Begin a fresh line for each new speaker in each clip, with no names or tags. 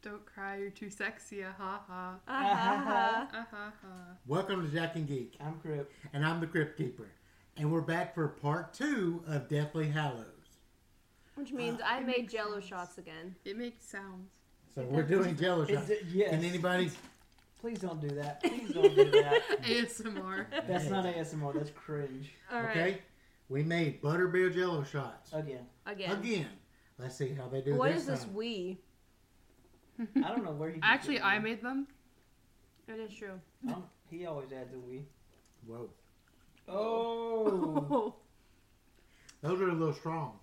Don't cry, you're too sexy. Ah ha ha.
Uh-huh.
Ah ha ha.
Welcome to Jack and Geek,
I'm Crip.
and I'm the Crypt Keeper, and we're back for part two of Deathly Hallows.
Which means I
It
made
makes
jello
sense.
shots again.
It makes sounds.
So we're doing Jello
Is
shots.
it, yes.
Can anybody?
Please don't do that. Please don't do that.
ASMR.
That's not ASMR. That's cringe.
All right.
Okay, we made butterbeer Jello
Oh,
shots
Again,
Again.
again. Let's see how they do
What
this
is this
time.
we?
I don't know where he. gets
Actually,
it
I
from.
made them.
It is true.
I don't- He always adds a we.
Whoa,
Oh.
those are a little strong.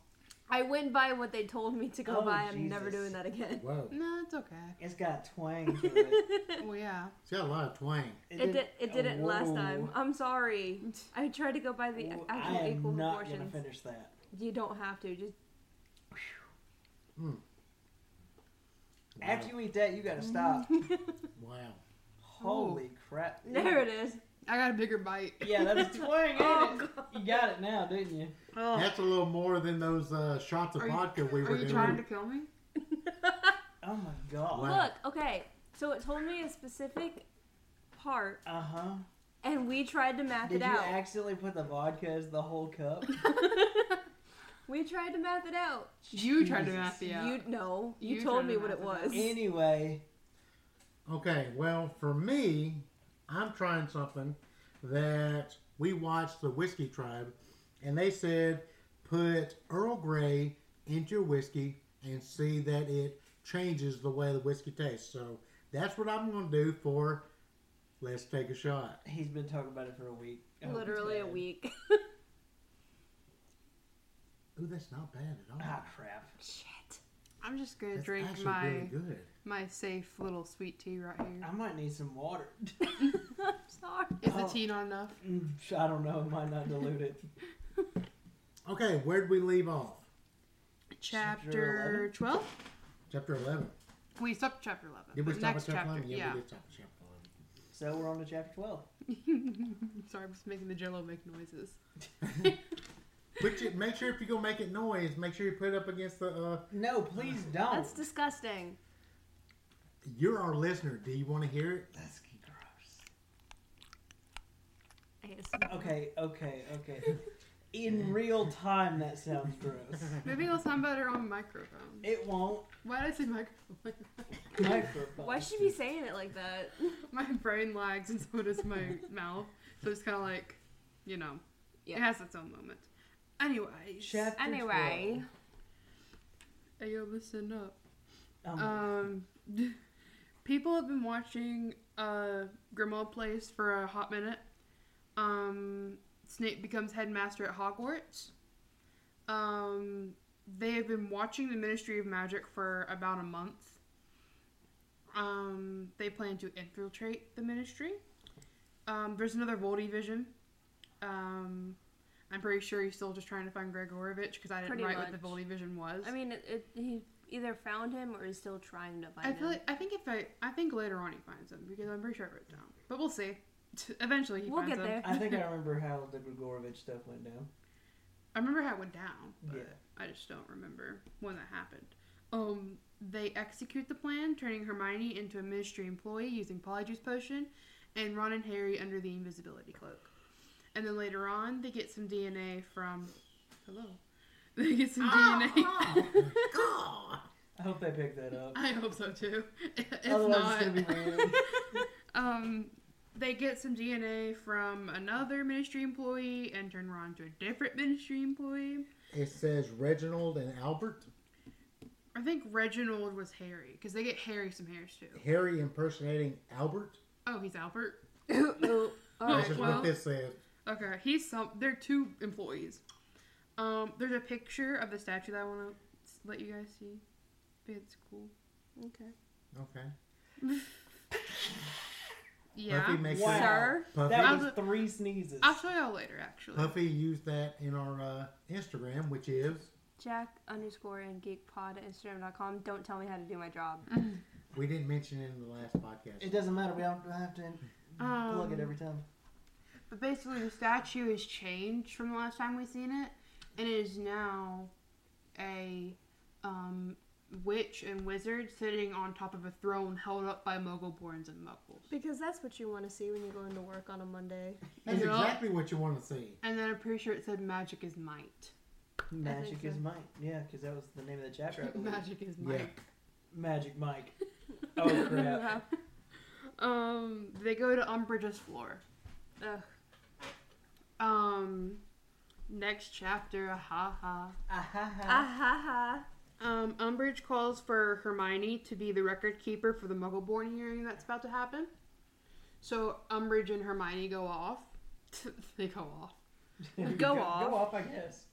I went by what they told me to go
Oh,
by. I'm never
Jesus.
doing that again.
Whoa,
No, it's okay.
It's got a twang to it.
Well, yeah.
it's got a lot of twang.
It, did, it didn't last
Oh, Whoa.
time. I'm sorry. I tried to go by the
Whoa, I
actual
am
equal
not
proportions.
gonna finish that.
You don't have to. Just
Wow.
After you eat that, you gotta stop.
Oh.
wow.
Holy crap!
there it is.
I got a bigger bite.
Yeah, that's a twang. ain't
Oh,
it? You got it now, didn't you?
Oh.
That's a little more than those uh, shots of
Are you-
vodka we
Are
were
you
doing.
trying to kill me?
Oh my god.
Wow.
Look. Okay. So it told me a specific part,
Uh huh.
and we tried to math
Did
it
you
out.
accidentally put the vodka as the whole cup?
we tried to math it out.
You tried to
Jesus.
math me out.
You no. You,
You
told
tried
me
to
what it
math it out.
was.
Anyway,
Okay, well, for me, I'm trying something that we watched the Whiskey Tribe, and they said put Earl Grey into your whiskey and see that it changes the way the whiskey tastes. So that's what I'm going to do for Let's Take a Shot.
he's been talking about it for a week. I hope it's
Literally a
bad.
week.
Ooh, that's not bad at all.
Ah, crap.
Shit.
I'm just gonna
That's
drink
actually
my
really good.
my safe little sweet tea right here.
I might need some water.
I'm sorry.
Is
Oh.
the tea not enough?
Mm, I don't know. Might not dilute it.
Okay, where'd we leave off?
Chapter twelve.
Chapter 11.
We stopped at chapter eleven.
Did we
but
stop at
next
chapter
chapter?
11?
yeah.
we did stop at chapter
So
11.
we're on to chapter twelve.
Sorry, I was making the Jello make noises.
But you, make sure if you're going to make it noise, make sure you put it up against the. Uh,
No, please don't.
That's disgusting.
you're our listener. Do you want to hear it?
That's gross.
ASMR.
Okay, okay, okay. In real time, that sounds gross.
Maybe it'll sound better on microphone.
It won't.
Why did I say microphone?
Microphone.
Why should you be saying it like that?
my brain lags and so does my mouth. So it's kind of like, you know, it
Yeah.
has its own moment. Anyways,
Chapter
Anyway.
hey, yo, listen up.
12. Um,
Um, people have been watching uh, Grimmauld Place for a hot minute. Um, Snape becomes headmaster at Hogwarts. Um, they have been watching the Ministry of Magic for about a month. Um, they plan to infiltrate the Ministry. Um, there's another Voldy Vision. Um, I'm pretty sure he's still just trying to find Gregorovich because I didn't
Pretty
write what
much.
the Voldy Vision was.
I mean, it, it, he either found him or is still trying to find
I
him.
feel like I think if I I think later on he finds them because I'm pretty sure I wrote it down. But we'll see. Eventually he
We'll
finds
get
them.
there.
I think I remember how the Grigorovich stuff went down.
I remember how it went down, but
Yeah.
I just don't remember when that happened. Um, they execute the plan, turning Hermione into a Ministry employee using Polyjuice Potion, and Ron and Harry under the Invisibility Cloak. And then later on, they get some DNA from. Hello. They get some
Ah!
DNA.
Oh,
I hope they picked that up.
I hope so too. If
Otherwise,
not,
it's gonna be weird.
Um, they get some DNA from another ministry employee and turn Ron to a different ministry employee.
It says Reginald and Albert.
I think Reginald was Harry because they get Harry some hairs too.
Harry impersonating Albert.
Oh, he's Albert.
Oh, all
That's
right.
just
well-
what this says.
Okay, he's some. They're two employees. Um, there's a picture of the statue that I want to let you guys see. It's cool.
Okay.
Okay.
Yeah,
Puffy makes
Wow.
it.
Sir?
Puffy,
That
I
was
was-
three sneezes.
I'll show y'all later. Actually,
Puffy used that in our uh, Instagram, which is
Jack underscore and geek pod at Instagram.com. Don't tell me how to do my job.
we didn't mention it in the last
It
podcast.
doesn't matter. We don't have to plug it
Um,
every time.
But basically, the statue has changed from the last time we seen it, and it is now a um, witch and wizard sitting on top of a throne held up by Muggleborns and Muggles.
Because that's what you want to see when you go into work on a Monday.
That's
Yeah.
exactly what you want to see.
And then I'm pretty sure it said magic is might.
Magic
so.
is Mike. Yeah, because that was the name of the chapter. I believe.
magic is might.
Magic Mike. Oh crap!
Ah. Um, they go to Umbridge's floor.
Ugh.
Um, next chapter, ha ha.
Ahaha.
Ah ha ha.
Um, Umbridge calls for Hermione to be the record keeper for the Muggleborn hearing that's about to happen. So Umbridge and Hermione go off. they go off.
Go,
off.
Go off, I guess.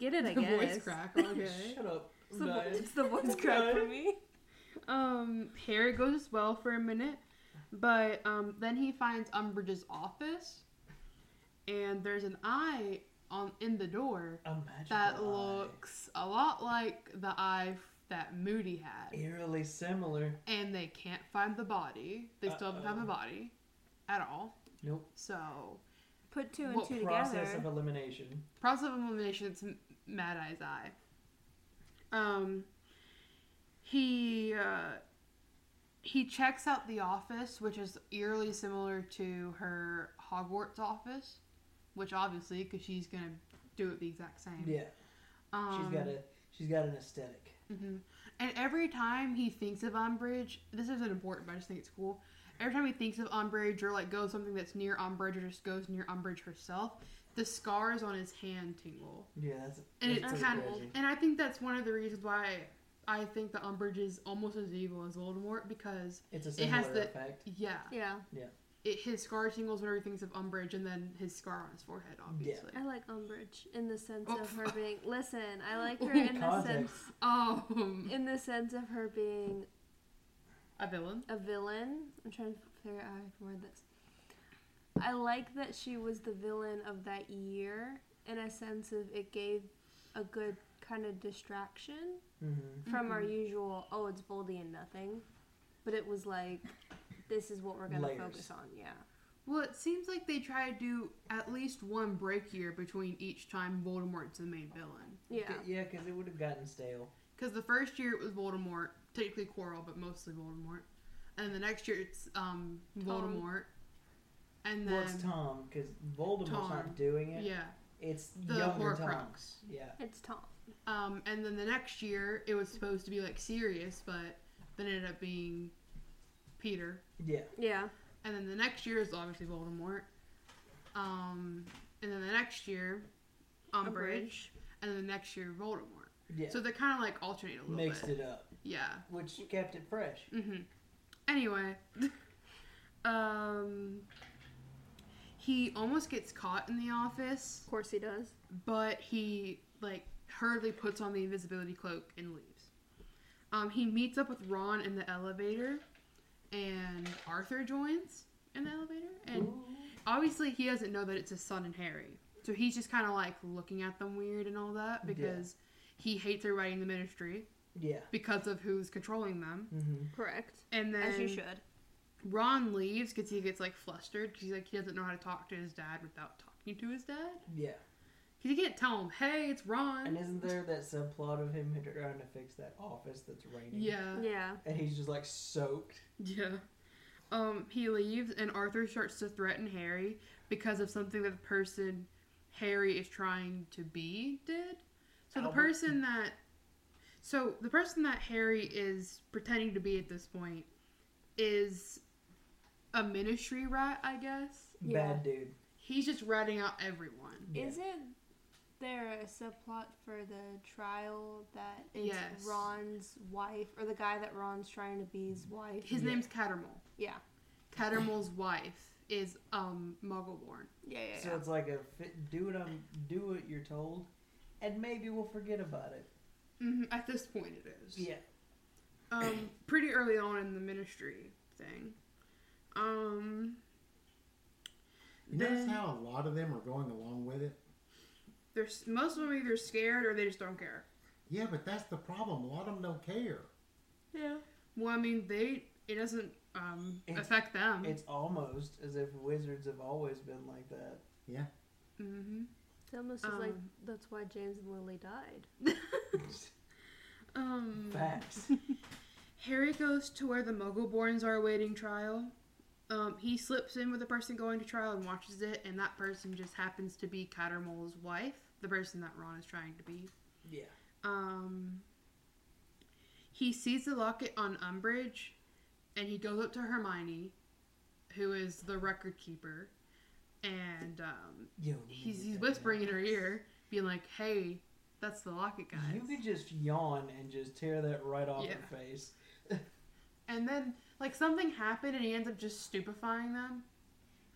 Get it, I
the
guess.
voice crack. Okay.
Shut up.
It's the, vo-
guys.
it's the voice crack for me.
um, Harry goes well for a minute, but um, then he finds Umbridge's office, and there's an eye on in the door
A magical
that
eye.
looks a lot like the eye that Moody had.
eerily similar.
and they can't find the body. They still haven't found the
Uh-oh.
body at all.
Nope.
So,
Put two and
What
two
Process
together.
of elimination.
process of elimination, it's M- Mad Eye's eye. Um, he, uh, he checks out the office, which is eerily similar to her Hogwarts office, which obviously, because she's going to do it the exact same.
Yeah,
Um,
she's got a she's got an aesthetic.
hmm And every time he thinks of Umbridge, this isn't important, but I just think it's cool. Every time he thinks of Umbridge or like goes something that's near Umbridge or just goes near Umbridge herself, the scars on his hand tingle,
Yeah, that's
and
that's
it's
pretty
kind of.
crazy.
And I think that's one of the reasons why I think the Umbridge is almost as evil as Voldemort because
it's a
it
similar
has the-
effect.
yeah,
Yeah.
it, his scar tingles whenever he thinks of Umbridge, and then his scar on his forehead, obviously.
I like Umbridge in the sense
Oh,
of her
fuck.
being. Listen, I like her
Ooh,
in the sense
Context.
Um,
in the sense of her being
a villain.
a villain. I'm trying to figure out how I can word this. I like that she was the villain of that year in a sense of it gave a good kind of distraction
Mm-hmm.
from our usual oh it's Boldy and nothing, but it was like this is what we're gonna
Layers.
focus on. Yeah,
Well, it seems like they try to do at least one break year between each time Voldemort's the main villain.
yeah.
Yeah, because it would have gotten stale.
Because the first year it was Voldemort, technically Quirrell, but mostly Voldemort. And the next year it's um, Voldemort. And
well,
then,
it's Tom because Voldemort's
Tom.
not doing it.
yeah,
It's
the
younger Tom.
Horcrux.
Yeah,
It's Tom.
Um, and then the next year it was supposed to be like serious, but then it ended up being Peter.
yeah.
Yeah,
And then the next year is obviously Voldemort. Um, and then the next year, Umbridge.
Umbridge.
And then the next year, Voldemort.
Yeah,
So they kind of like alternate a little
mixed
bit.
it up,
Yeah.
which kept it fresh.
hmm Anyway, um, he almost gets caught in the office,
of course he does.
but he like hurriedly puts on the invisibility cloak and leaves. Um, he meets up with Ron in the elevator, and Arthur joins in the elevator, and obviously he doesn't know that it's his son and Harry. So he's just kind of like looking at them weird and all that
Yeah.
because he hates everybody in the ministry
Yeah.
because of who's controlling them.
Mm-hmm.
Correct,
And then
as you should.
Ron leaves because he gets like flustered because like he doesn't know how to talk to his dad without talking to his dad.
Yeah.
'Cause he can't tell him, "Hey, it's Ron."
And isn't there that subplot of him trying to fix that office that's raining?
yeah,
Yeah.
And he's just like soaked.
yeah. Um, he leaves, and Arthur starts to threaten Harry because of something that the person Harry is trying to be did. So the
Albert.
person that, so the person that Harry is pretending to be at this point is a ministry rat, I guess.
Yeah.
Bad dude.
He's just ratting out everyone.
Yeah.
Isn't there a subplot for the trial that is
Yes.
Ron's wife or the guy that Ron's trying to be's wife?
His
Yeah.
name's Cattermole.
Yeah.
Cattermole's wife is um Muggleborn.
Yeah, yeah,
So it's like a fit, do what I'm do what you're told, and maybe we'll forget about it.
Mm-hmm. At this point, it is.
Yeah.
Um, pretty early on in the ministry thing. Um.
You notice
then
how a lot of them are going along with it?
they're s- most of them either scared or they just don't care.
Yeah, but that's the problem. A lot of them don't care.
Yeah. Well, I mean, they it doesn't um
It's-
affect them.
It's almost as if wizards have always been like that.
mm-hmm.
It's almost as like
Um,
that's why James and Lily died.
Um,
Facts.
Harry goes to where the Muggleborns are awaiting trial. Um, he slips in with the person going to trial and watches it, and that person just happens to be Cattermole's wife, the person that Ron is trying to be.
yeah.
Um, he sees the locket on Umbridge, and he goes up to Hermione, who is the record keeper, and um,
Yo, we
he's,
need
he's
that
whispering in
back.
her ear, being like, "Hey, that's the locket, guys."
You could just yawn and just tear that right off
Yeah.
your face.
And then, like, something happened, and he ends up just stupefying them.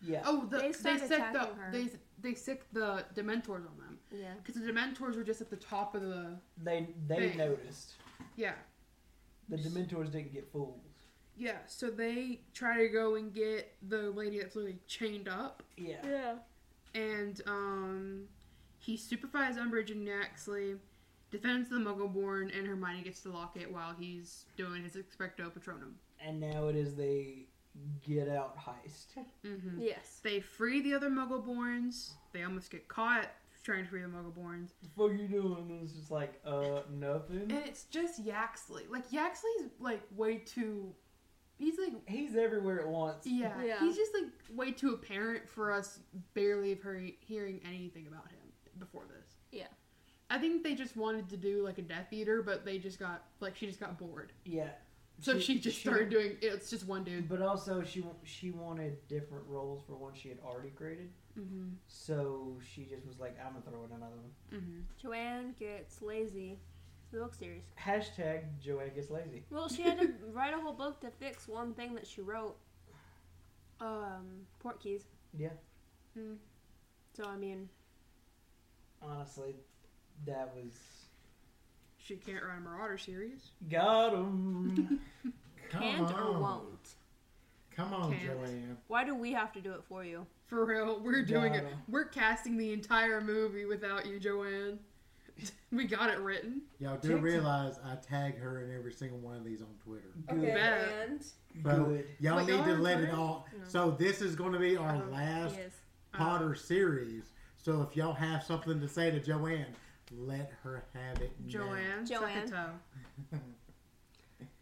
Yeah.
Oh, the,
They
they,
start
sick the
attacking her.
they they sick the Dementors on them
Yeah.
because the Dementors were just at the top of the
They they
Thanks.
noticed.
yeah
The Dementors didn't get fooled.
yeah. So they try to go and get the lady that's literally chained up,
Yeah.
Yeah.
and um, he stupefies Umbridge and Yaxley, defends the Muggleborn, and Hermione gets to lock it while he's doing his Expecto Patronum.
And now it is the get out heist.
hmm
Yes.
They free the other Muggleborns. They almost get caught trying to free the Muggleborns.
What the fuck you doing? And it's just like, uh, nothing.
And it's just Yaxley. Like Yaxley's like way too. He's like
He's everywhere at once.
yeah,
Yeah.
He's just like way too apparent for us barely hearing hearing anything about him before this.
Yeah.
I think they just wanted to do like a Death Eater, but they just got like she just got bored,
Yeah.
so she, just started doing. It's just one dude.
But also, she she wanted different roles for one she had already created.
Mm-hmm.
So she just was like, I'm gonna throw in another one.
Mm-hmm.
Joanne gets lazy. The book series.
Hashtag Joanne gets lazy.
Well, she had to write a whole book to fix one thing that she wrote. Um, port keys.
Yeah.
So I mean,
Honestly, that was
She can't run a Marauder series.
got him.
Come
can't or
Uh-huh.
on.
won't.
Come on,
Can't.
Joanne.
Why do we have to do it for you?
For real, we're doing it.
Gotta.
We're casting the entire movie without you, Joanne. we got it written.
Y'all do
TikTok.
realize I tag her in every single one of these on Twitter.
Good.
Okay.
and
So
Good.
y'all
Wait, y'all Uh-huh.
need to
on
let it
Twitter?
all.
No.
So this is going to be our last
yes,
uh-huh.
Potter series. So if y'all have something to say to Joanne, let her have it. now.
Uh, Joanne,
Joanne.
Joanne. Toe.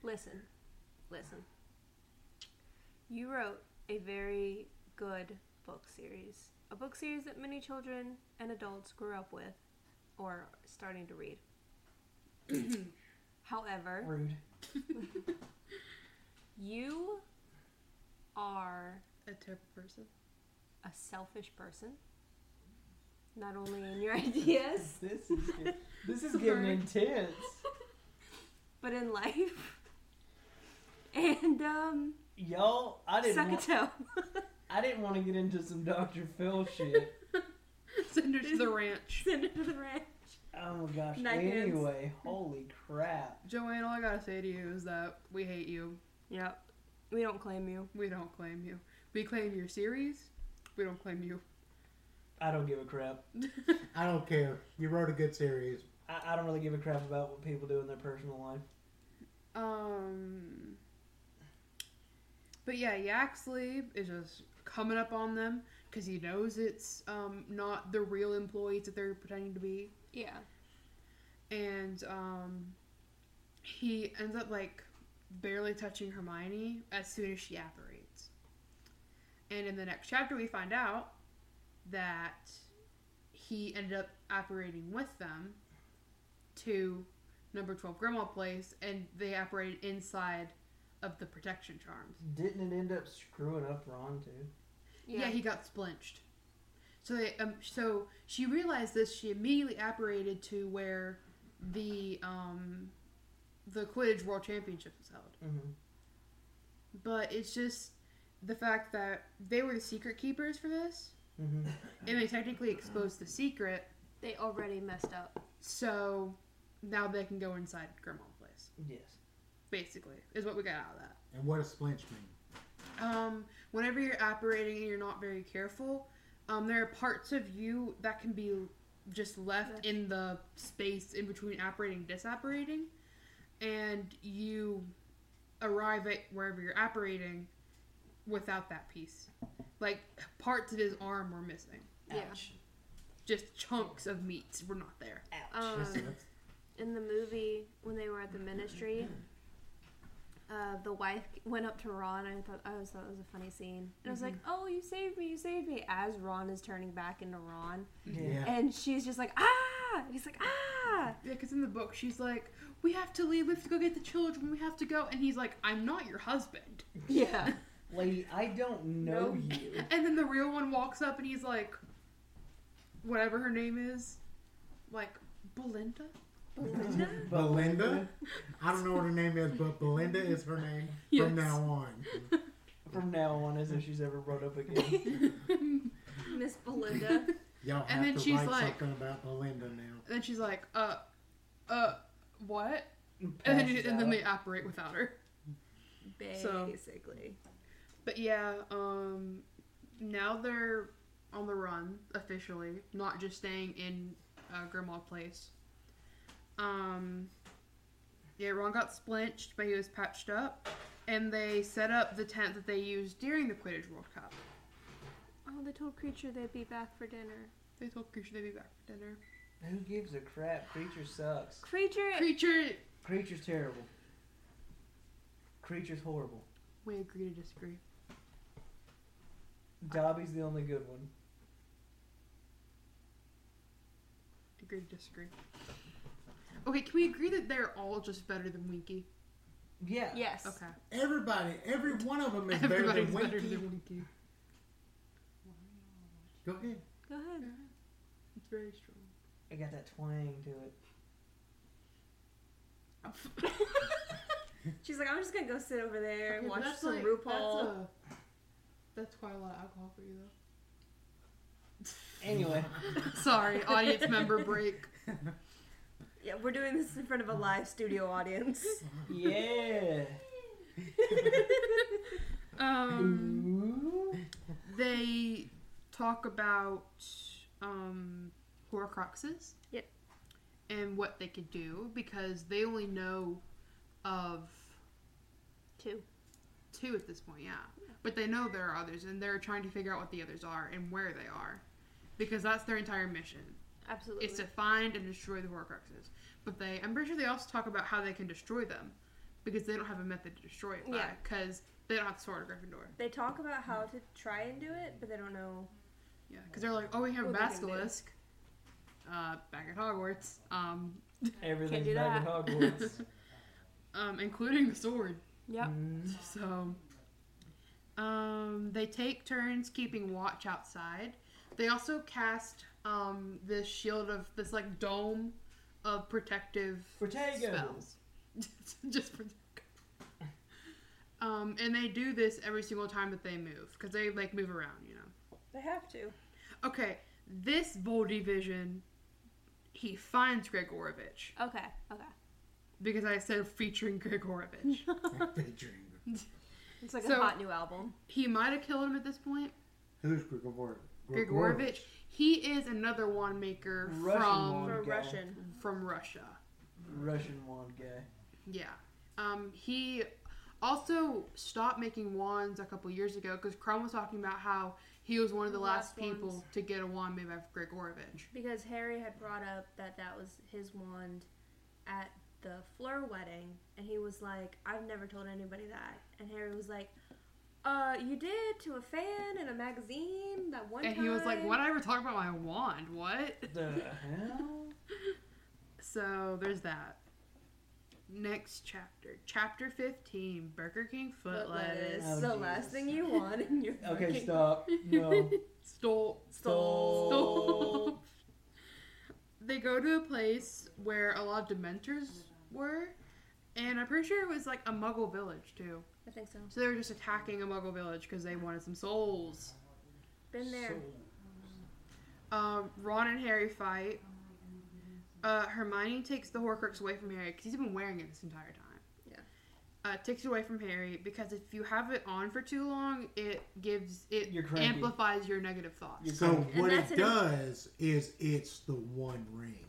listen, listen. You wrote a very good book series, a book series that many children and adults grew up with, or are starting to read. However,
Rude.
you are
A terrible person.
a selfish person. Not only in your ideas,
This is get- this is getting
Sorry.
intense.
but in life. And um
Y'all, I didn't
suck a
want,
toe.
I didn't want to get into some Dr. Phil shit.
Send her to the ranch.
Send it to the ranch.
Oh my gosh.
Night hands.
anyway, holy crap.
Joanne, all I gotta say to you is that we hate you.
Yep. We don't claim you.
We don't claim you. We claim your series. We don't claim you.
I don't give a crap.
I don't care. You wrote a good series.
I, I don't really give a crap about what people do in their personal life.
Um. But yeah, Yaxley is just coming up on them because he knows it's um not the real employees that they're pretending to be,
Yeah.
and um, he ends up like barely touching Hermione as soon as she apparates. And in the next chapter, we find out that he ended up operating with them to number 12 Grimmauld Place, and they operated inside of the protection charms.
Didn't it end up screwing up Ron too?
Yeah, he got splinched. So they, um, so she realized this. She immediately apparated to where the um, the Quidditch World Championship was held.
Mm-hmm.
But it's just the fact that they were the secret keepers for this,
Mm-hmm.
and they technically exposed the secret.
they already messed up.
So now they can go inside Grimmauld Place.
Yes.
Basically, is what we got out of that.
And what does splinch mean?
um, whenever you're operating and you're not very careful, um, there are parts of you that can be just left
Left.
in the space in between operating and disapparating, and you arrive at wherever you're operating without that piece. Like parts of his arm were missing,
Yeah.
Ouch.
just chunks of meat were not there.
Ouch.
Um,
Uh-huh.
That's, that's,
in the movie when they were at the ministry, uh, the wife went up to Ron. I thought I always thought it was a funny scene. And I was like,
Mm-hmm.
"Oh, you saved me! You saved me!" As Ron is turning back into Ron,
Yeah.
and she's just like, "Ah!" And he's like, "Ah!"
Yeah, because in the book she's like, "We have to leave. We have to go get the children. We have to go." And he's like, "I'm not your husband."
Yeah.
Lady, I don't know you.
And then the real one walks up and he's like, "Whatever her name is, like Belinda."
Belinda?
Belinda? I don't know what her name is, but Belinda is her name
Yes.
from now on.
From now on, as if she's ever brought up again.
Miss Belinda.
Y'all
And
have
then
to
she's
write
like-
something about Belinda now.
And then she's like, "Uh, uh, what?" And then,
Passes
and then
out.
they operate without her. So-
Basically.
But yeah, um, now they're on the run officially, not just staying in uh, Grimald Place. Um, yeah, Ron got splinched, but he was patched up, and they set up the tent that they used during the Quidditch World Cup.
Oh, they told Creature they'd be back for dinner.
They told Creature they'd be back for dinner.
Who gives a crap? Creature sucks.
Creature.
Creature,
Creature's terrible. Creature's horrible.
we agree to disagree.
Dobby's the only good one.
Agree to disagree. Okay, can we agree that they're all just better than Winky?
Yeah.
Yes.
Okay,
Everybody, every one of them is better
everybody's
than
better
Winky.
than Winky.
Go ahead.
Go ahead.
It's very strong.
It got that twang to it.
She's like, I'm just gonna go sit over there and
Yeah, but
watch
that's
some
like-
RuPaul.
That's, a, that's quite a lot of alcohol for you,
Anyway,
though. Sorry, audience member break.
Yeah, we're doing this in front of a live studio audience.
yeah.
Um,
Ooh.
they talk about um, Horcruxes.
Yep.
And what they could do because they only know of
Two.
two at this point, yeah. But they know there are others, and they're trying to figure out what the others are and where they are, because that's their entire mission.
Absolutely.
is to find and destroy the Horcruxes. But they, I'm pretty sure they also talk about how they can destroy them because they don't have a method to destroy it by
Yeah.
because they don't have the Sword of Gryffindor.
they talk about how to try and do it, but they don't know.
Yeah, because they're like, oh, we have a
What they can do.
basilisk uh, back at Hogwarts, um,
Everything's
do
back at
that.
Hogwarts.
um, including the sword.
Yep.
Mm.
So, um, they take turns keeping watch outside. They also cast um, this shield of this like dome of protective
Protego.
spells. Just protego. Um, and they do this every single time that they move because they like move around, you know.
They have to.
Okay, this Voldy Vision, he finds Gregorovich
Okay. Okay.
because I said featuring Gregorovich.
Featuring.
It's like
So-
a hot new album.
he might have killed him at this point.
Who's Grigor-
Grigorovich. He is another wand maker
Russian
from
wand.
For
Okay.
Russian.
from Russia.
Russian wand guy.
Yeah. Um, he also stopped making wands a couple years ago because Crumb was talking about how he was one of the
The
last,
last
people
ones.
to get a wand made by Grigorovich.
Because Harry had brought up that that was his wand at the Fleur wedding, and he was like, I've never told anybody that. And Harry was like, uh, you did to a fan in a magazine that one
And
time.
he was like, "What? I ever talk about my wand? What?"
The hell?
So there's that. Next chapter, chapter fifteen, Burger King
But
foot
lettuce,
lettuce
Oh,
the
Jesus.
last thing you want in your
Okay,
fucking
stop. No.
stole
Stop.
Stop. they go to a place where a lot of dementors were and i'm pretty sure it was like a muggle village too
I think so.
so they were just attacking a muggle village because they wanted some souls
Been there.
um, ron and harry fight uh, hermione takes the horcrux away from harry because he's been wearing it this entire time
Yeah.
uh, takes it away from Harry because if you have it on for too long, it gives it
You're cranky.
amplifies your negative thoughts.
You're
So
And
what
that's
it
an-
does is it's the One Ring.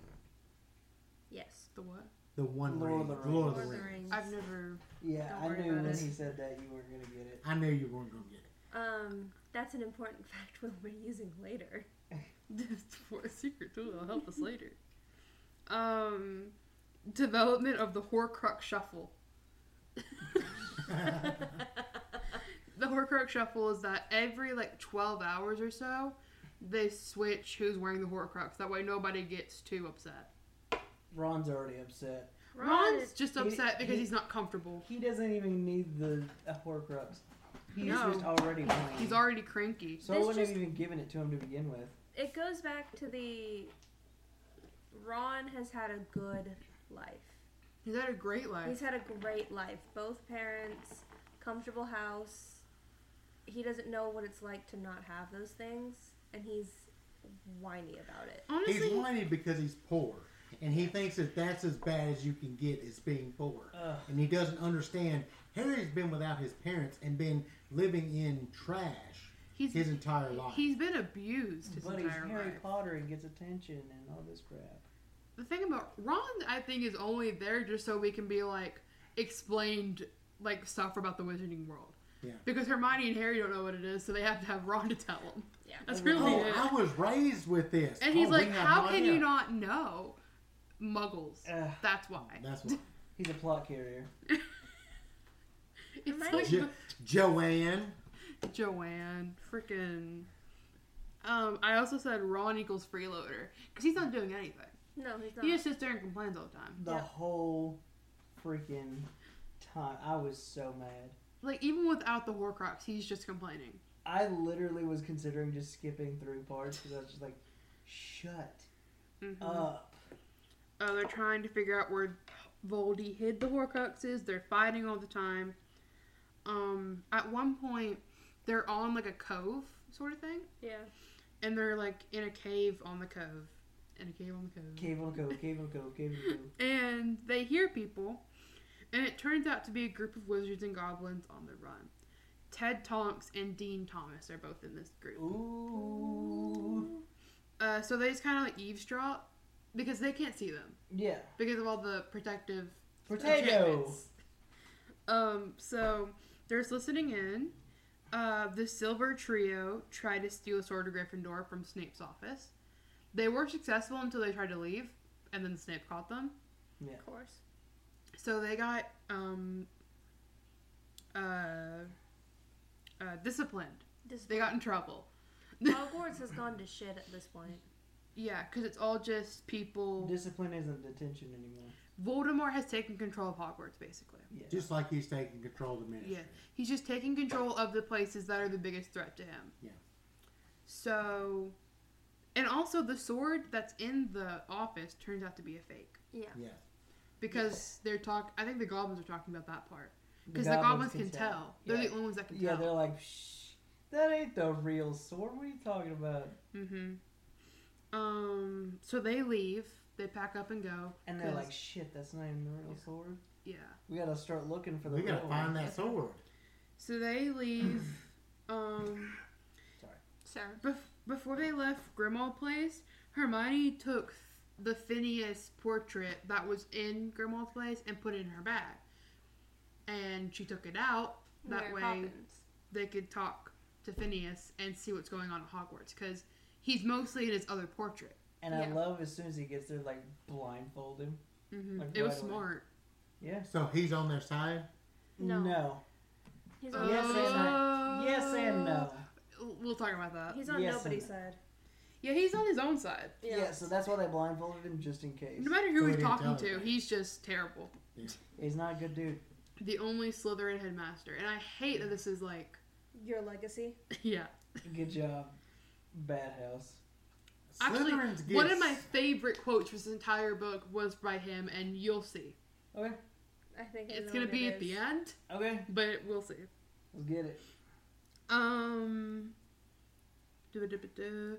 Yes.
the what?
The One
Lord
Ring.
of the
Lord
Rings.
of the
Lord of the
Rings.
Rings.
I've never
Yeah,
Don't
I
worry
knew
about
when
it.
he said that you weren't gonna get it.
I knew you weren't going to get it.
Um, that's an important fact we'll be using later.
It's for a secret too. It'll help us later. Um, development of the Horcrux Shuffle. the Horcrux Shuffle is that every like 12 hours or so, they switch who's wearing the Horcrux. That way nobody gets too upset.
Ron's already upset.
Ron's just
he-
upset because
he-
he's not comfortable.
He doesn't even need the a Horcrux. He's
No.
just already playing.
He's already cranky.
so I
This
wouldn't have
just-
even given it to him to begin with.
It goes back to the Ron has had a good life.
He's had a great
He's
life.
had a great life. Both parents, comfortable house. He doesn't know what it's like to not have those things, and he's whiny about it.
Honestly,
He's whiny because he's poor, and he thinks that that's as bad as you can get is being poor.
Ugh.
And he doesn't understand. Harry's been without his parents and been living in trash
he's
his entire life.
he's been abused his
But he's
entire
Harry
life.
Potter and gets attention and all this crap.
The thing about Ron, I think, is only there just so we can be like explained like stuff about the Wizarding World.
Yeah.
Because Hermione and Harry don't know what it is, so they have to have Ron to tell them.
Yeah.
That's
Oh,
really
oh,
it.
I was raised with this.
And he's
Oh, we
like,
have
"How
no
can
idea."
you not know Muggles?
Ugh,
That's why."
That's why.
he's a plot carrier.
It's
Hermione-
like
Jo- Joanne.
Joanne, freaking. Um, I also said Ron equals freeloader because he's not doing anything.
No, he's not.
He just sits there and complains all the time.
The
Yep.
whole freaking time. I was so mad.
Like even without the Horcrux, he's just complaining.
I literally was considering just skipping through parts because I was just like, shut Mm-hmm.
Mhm.
Oh,
up.
Uh, they're trying to figure out where Voldy hid the Horcruxes. They're fighting all the time. Um, at one point, they're on like a cove sort of thing,
yeah.
and they're like in a cave on the cove, in a cave on the cove,
Cave on
Mm-hmm.
go, cave on go, cave on go.
and they hear people, and it turns out to be a group of wizards and goblins on the run. Ted Tonks and Dean Thomas are both in this group.
Ooh.
Uh, so they just kind of like eavesdrop because they can't see them
Yeah.
because of all the protective
Potato.
Um, so there's listening in. Uh, the Silver Trio tried to steal a sword of Gryffindor from Snape's office. They were successful until they tried to leave, and then Snape caught them.
Of course.
So they got um, uh, uh, disciplined.
Just
They got in trouble.
Hogwarts has gone to shit at this point.
Yeah, because it's all just people.
Discipline isn't detention anymore.
Voldemort has taken control of Hogwarts, basically.
Yeah.
Just like he's taking control of the ministry.
Yeah, he's just taking control of the places that are the biggest threat to him.
Yeah.
So, and also the sword that's in the office turns out to be a fake
Yeah.
Yeah.
because they're talk. I think the goblins are talking about that part
The
because the, goblins can tell. They're
Yeah.
the only ones that can
Yeah, they're
tell.
like, shh, that ain't the real sword. What are you talking about?
Mm-hmm. Um. So they leave. They pack up and go.
And they're
'cause-
like, shit, that's not even the real sword.
yeah.
We gotta start looking for the
We
real
gotta find that sword.
So they leave. um.
Sir.
Bef- before they left Grimmauld Place, Hermione took the Phineas portrait that was in Grimmauld Place and put it in her bag. And she took it out. That
Mary
way
Poppins.
they could talk to Phineas and see what's going on at Hogwarts because he's mostly in his other portrait.
And I
Yeah.
love as soon as he gets there, like, blindfold him.
hmm
Like
it was
right away.
smart.
Yeah.
So he's on their side.
No.
No.
He's on,
Oh. Yes
nobody's side.
Uh,
Yes and no.
Oh. We'll talk about that.
He's on
uh, yes and
nobody's
no.
side.
Yeah, he's on his own side.
Yeah. so that's why they blindfolded him just in case.
No matter who
So
he's
we didn't
talking
tell
to,
him.
he's just terrible.
He's not a good dude.
The only Slytherin headmaster. And I hate that this is like,
Your legacy.
yeah.
Good job. Bad house.
Actually,
Slytherins gets,
One of my favorite quotes for this entire book was by him, and you'll see.
Okay.
I think I
It's
know
gonna
what
be
it
at the
is.
end,
Okay.
but we'll see.
Let's get it.
Um, doo-ba-doo-ba-doo.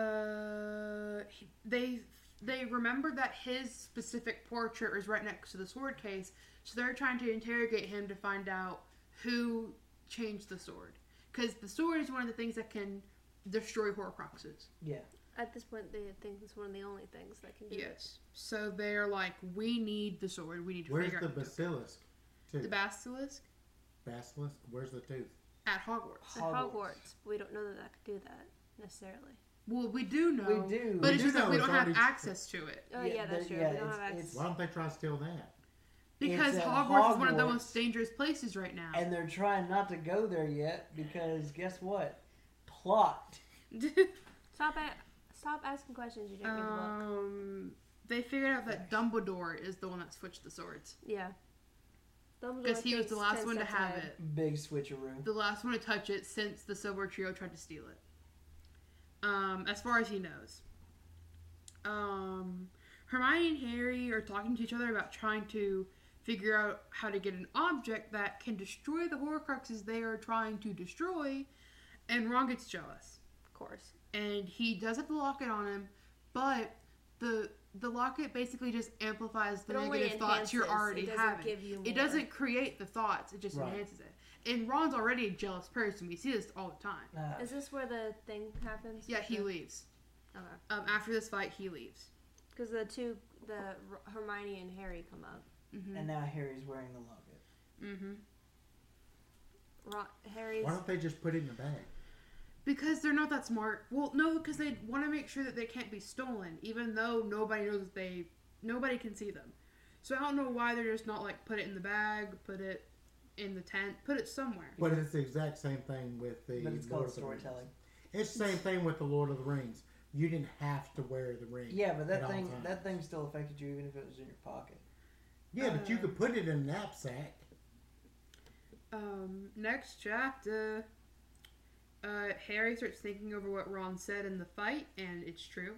uh, he- they they remember that his specific portrait was right next to the sword case, so they're trying to interrogate him to find out who changed the sword, because the sword is one of the things that can destroy Horcruxes.
Yeah.
At this point, they think it's one of the only things that can do it.
Yes. So they're like, we need the sword. We need to
Where's
figure
the
out who took it."
basilisk?
the
Tooth.
basilisk
basilisk. Where's the tooth?
at Hogwarts.
At Hogwarts, we don't know that that could do that necessarily.
Well, we do know.
We do.
But
We
it's
do
just that
know
we
it's
don't have
already-
access to it.
Oh
Yeah,
yeah, that's
but-
true.
yeah,
we don't
it's-
have access.
it's-
Why don't they try to steal that?
Because
uh,
at
Hogwarts, is one of the
Hogwarts.
most dangerous places right now.
and they're trying not to go there yet because guess what? Plot.
Stop at, stop asking questions you didn't give a look.
um, they figured out that Dumbledore is the one that switched the swords
Yeah. Dumbledore
because he was
thinks
the last
10
one to
steps
have
ahead.
it,
Big switcheroo.
the last one to touch it since the Silver Trio tried to steal it. Um, as far as he knows. Um, Hermione and Harry are talking to each other about trying to figure out how to get an object that can destroy the Horcruxes they are trying to destroy, and Ron gets jealous.
Of course.
and he does have the locket on him, but the the locket basically just amplifies the
It only
negative thoughts you're
enhances,
already
it doesn't
having.
give you
It
more.
doesn't create the thoughts; it just
Right.
enhances it. And Ron's already a jealous person. We see this all the time.
Uh,
Is this where the thing happens?
Yeah, he leaves.
Okay.
Um, after this fight, he leaves.
Because the two, the R- Hermione and Harry come up.
Ah, and now Harry's wearing the locket.
Mm-hmm.
Ron, Harry's.
Why don't they just put it in the bag?
Because they're not that smart. Well, no, because they want to make sure that they can't be stolen, even though nobody knows that they nobody can see them. So I don't know why they're just not like put it in the bag, put it in the tent, put it somewhere.
But it's the exact same thing with the.
But it's
Lord
called
of the Rings.
storytelling.
It's the same thing with the Lord of the Rings. You didn't have to wear the ring.
Yeah, but
at
that
all
thing
times.
that thing still affected you even if it was in your pocket.
Yeah, but you could put it in a knapsack.
Um, next chapter. Uh, Harry starts thinking over what Ron said in the fight, and it's true.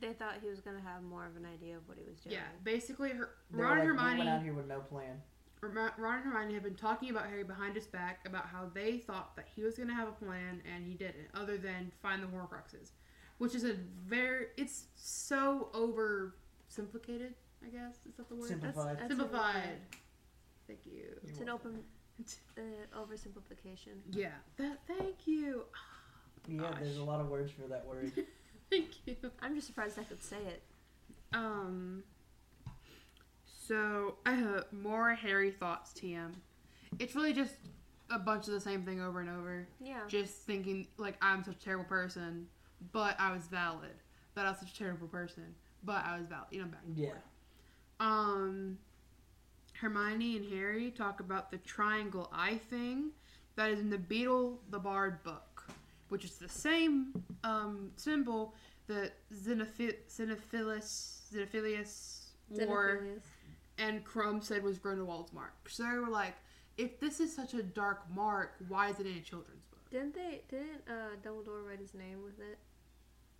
They thought he was gonna have more of an idea of what he was doing.
Yeah, basically, her,
They were
Ron and
like, We went out
Hermione,
here with no plan.
Hermi- Ron and Hermione have been talking about Harry behind his back about how they thought that he was going to have a plan, and he didn't, other than find the Horcruxes, which is a very it's so oversimplificated. I guess is that the word?
Simplified.
That's
Simplified. Thank you.
It's an open uh, oversimplification.
Yeah. That. Thank you.
Yeah, there's a lot of words for that word.
Thank you.
I'm just surprised I could say it.
Um. So I have more Harry thoughts. TM. It's really just a bunch of the same thing over and over.
Yeah.
Just thinking like I'm such a terrible person, but I was valid. But I was such a terrible person, but I was valid. You know, back. and
yeah.
forth. Um. Hermione and Harry talk about the triangle eye thing that is in the Beetle the Bard book, which is the same um, symbol that Xenophi- Xenophilus, Xenophilius wore
Xenophilius.
and Crumb said was Grindelwald's mark. So they were like, if this is such a dark mark, why is it in a children's book?
Didn't they? Didn't uh, Dumbledore write his name with it?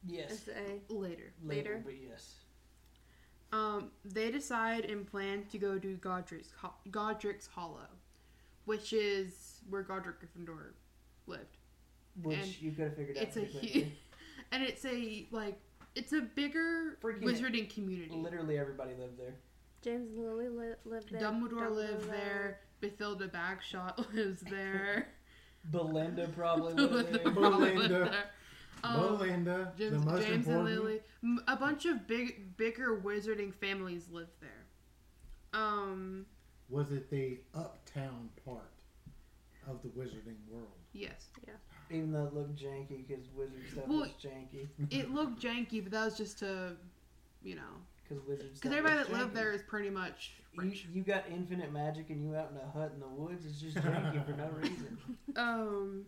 Yes.
It's a
Later.
later.
But yes.
Um, they decide and plan to go to Godric's, Ho- Godric's Hollow, which is where Godric Gryffindor lived.
Which
And
you could have figured out
it's a
pretty
huge,
quickly.
and it's a like it's a bigger
Freaking-
wizarding community.
Literally everybody lived there.
James and Lily li- lived there.
Dumbledore, lived
Dumbledore-
there. Bathilda Bagshot lives there.
Belinda probably lived
Belinda
there.
probably lived
Belinda.
there. Um,
Belinda, the
James,
most
James and
important.
Lily, M- a bunch of big, bigger wizarding families live there. Um,
Was it the uptown part of the wizarding world?
yes,
Even though it looked janky because wizard stuff
Well-
was janky.
it looked janky, but that was just to, you know,
Because wizard stuff
because everybody
was
that lived
janky.
there is pretty much
You,
rich.
you got infinite magic and you out in a hut in the woods. It's just janky for no reason.
Um,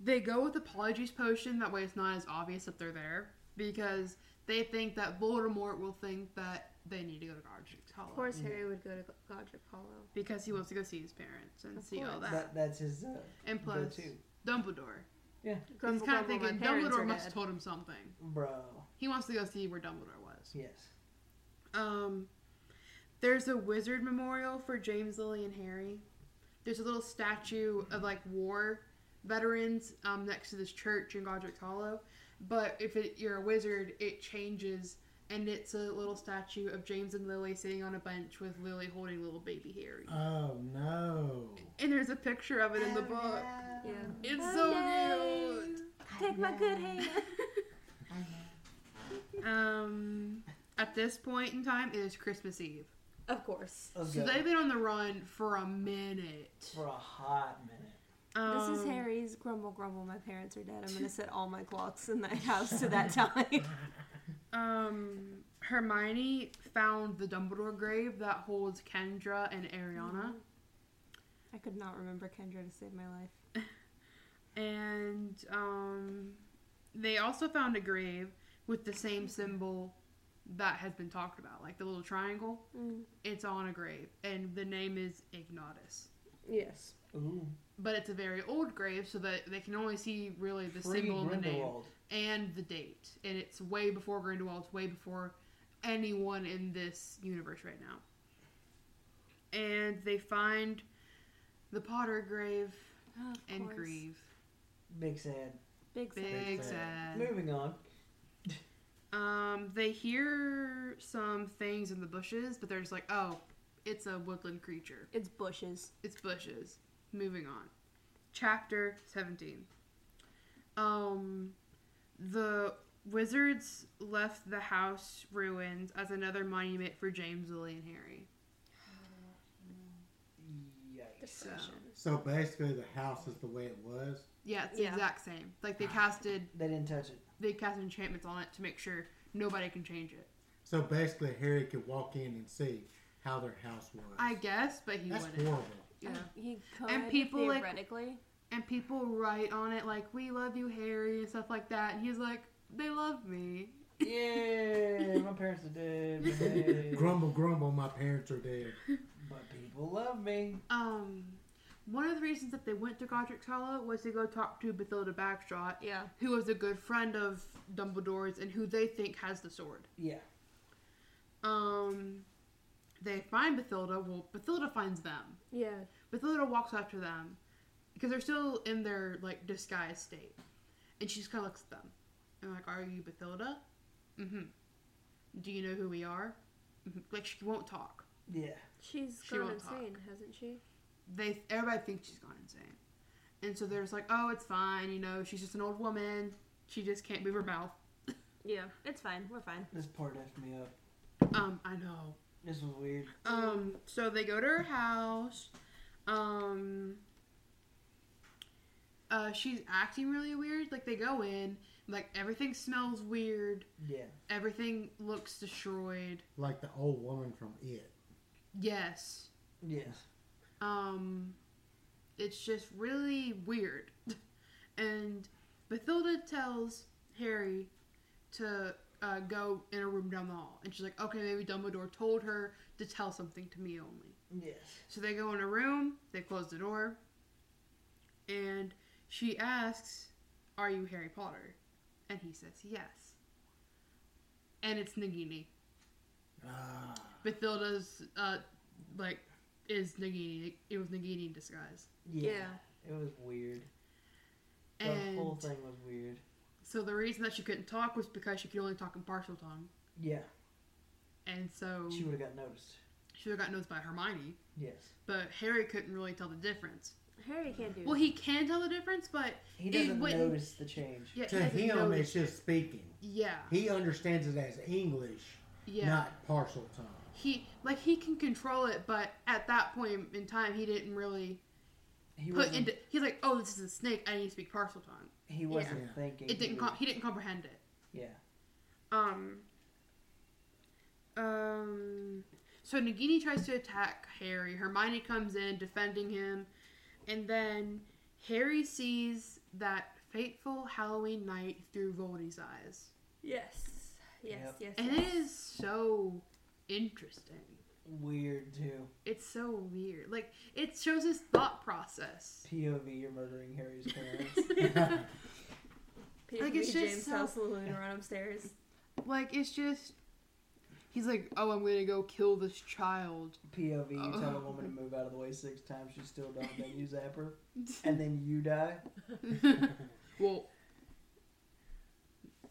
they go with the Polyjuice potion. That way, it's not as obvious that they're there because they think that Voldemort will think that they need to go to Godric's Hollow
Of course, Harry would go to Go- Godric Hollow.
because he wants to go see his parents and
Of
see all
course.
that.
That, that's his uh,
and plus,
go-to.
Dumbledore. He's
Grumble,
kind
grumble, my
of thinking
parents are
Dumbledore must
dead.
have told him something.
Bro.
He wants to go see where Dumbledore was.
Yes.
Um, there's a wizard memorial for James, Lily, and Harry. There's a little statue of like war veterans um, next to this church in Godric's Hollow. But if it, you're a wizard, it changes, and it's a little statue of James and Lily sitting on a bench with Lily holding little baby Harry.
Oh no!
And there's a picture of it
Oh,
in the book.
Yeah.
It's so
Yay!
cute.
Take my good hand.
Um, at this point in time, it is Christmas Eve.
Of course.
Let's
So
go.
they've been on the run for a minute.
For a hot minute.
Um,
this is Harry's grumble grumble. My parents are dead. I'm gonna set all my clocks in that house to that time.
Um, Hermione found the Dumbledore grave that holds Kendra and Ariana,
I could not remember Kendra to save my life.
and um, they also found a grave with the same symbol that has been talked about, like the little triangle.
Mm.
It's on a grave, and the name is Ignatus.
Yes.
Ooh,
But it's a very old grave, so that they can only see really the
free
symbol and the name
Grindelwald.
and the date, and it's way before Grindelwald. It's way before anyone in this universe right now. And they find the Potter grave
Oh, Of
and
course.
grieve.
Big sad.
Big sad.
Big
sad.
sad.
Moving on.
Um, they hear some things in the bushes, but they're just like, oh, it's a woodland creature.
It's bushes.
It's bushes. Moving on. Chapter 17. Um, the wizards left the house ruins as another monument for James, Lily, and Harry.
Yikes.
So,
So basically, the house is the way it was.
yeah, it's the
Yeah.
exact same. Like they casted,
They didn't touch it.
they cast enchantments on it to make sure nobody can change it.
So basically, Harry could walk in and see how their house was.
I guess, but he
That's
wouldn't.
horrible.
Yeah.
He could
And people, like-
theoretically.
And people write on it like, "We love you, Harry," and stuff like that. And he's like, "They love me."
Yeah, my parents are dead. yay.
Grumble, grumble. My parents are dead.
But people love me.
Um, one of the reasons that they went to Godric's Hollow was to go talk to Bathilda Bagshot,
yeah.
who is a good friend of Dumbledore's and who they think has the sword.
Yeah.
Um, they find Bathilda. Well, Bathilda finds them.
Yeah.
Bathilda walks after them because they're still in their like disguised state, and she just kind of looks at them and like, "Are you Bathilda? Mm-hmm. Do you know who we are? hmm Like she won't talk.
Yeah.
She's
She
gone
won't
insane, hasn't she?
They everybody thinks she's gone insane, and so they're just like, "Oh, it's fine. You know, she's just an old woman. She just can't move her mouth."
Yeah. It's fine. We're fine.
This part effed me up.
Um, I know.
This was weird.
Um, so they go to her house. Um, uh, she's acting really weird. Like they go in, like everything smells weird.
Yeah.
Everything looks destroyed.
Like the old woman from It.
Yes.
Yes.
Um, it's just really weird. and Bathilda tells Harry to uh, go in a room down the hall, and she's like, "Okay, maybe Dumbledore told her to tell something to me only."
Yes.
So they go in a room, they close the door, and she asks, Are you Harry Potter? And he says, Yes. And it's Nagini.
Ah.
Bathilda's, uh, like, is Nagini. It was Nagini in disguise.
Yeah.
Yeah.
It was weird. The
And
whole thing was weird.
so the reason that she couldn't talk was because she could only talk in partial tongue.
Yeah.
And so
She would have got noticed.
she would have got noticed by Hermione,
Yes.
but Harry couldn't really tell the difference.
Harry can't do
Well, he can tell the difference, but
He
It
doesn't
wouldn't-
notice the change.
yeah, he
To
doesn't know
him,
the-
it's just speaking.
yeah,
He understands it as English,
yeah.
not partial tongue.
he like he can control it, but at that point in time, he didn't really
He
put
wasn't.
into. He's like, oh, this is a snake. I need to speak parcel tongue.
he wasn't
Yeah.
thinking.
It
He
didn't.
was-
Com- he didn't comprehend it.
Yeah.
Um. Um. So Nagini tries to attack Harry. Hermione comes in defending him, and then Harry sees that fateful Halloween night through Voldy's eyes,
Yes. Yes,
Yep.
yes.
and it is so interesting.
Weird too.
It's so weird. Like it shows his thought process.
POV, you're murdering Harry's parents.
Like, it's just
James
so-
house saloon run upstairs.
Like it's just he's like, "Oh, I'm going to go kill this child."
POV, you tell a woman to
Oh.
move out of the way six times, she still don't, then you zap her, and then you die.
well,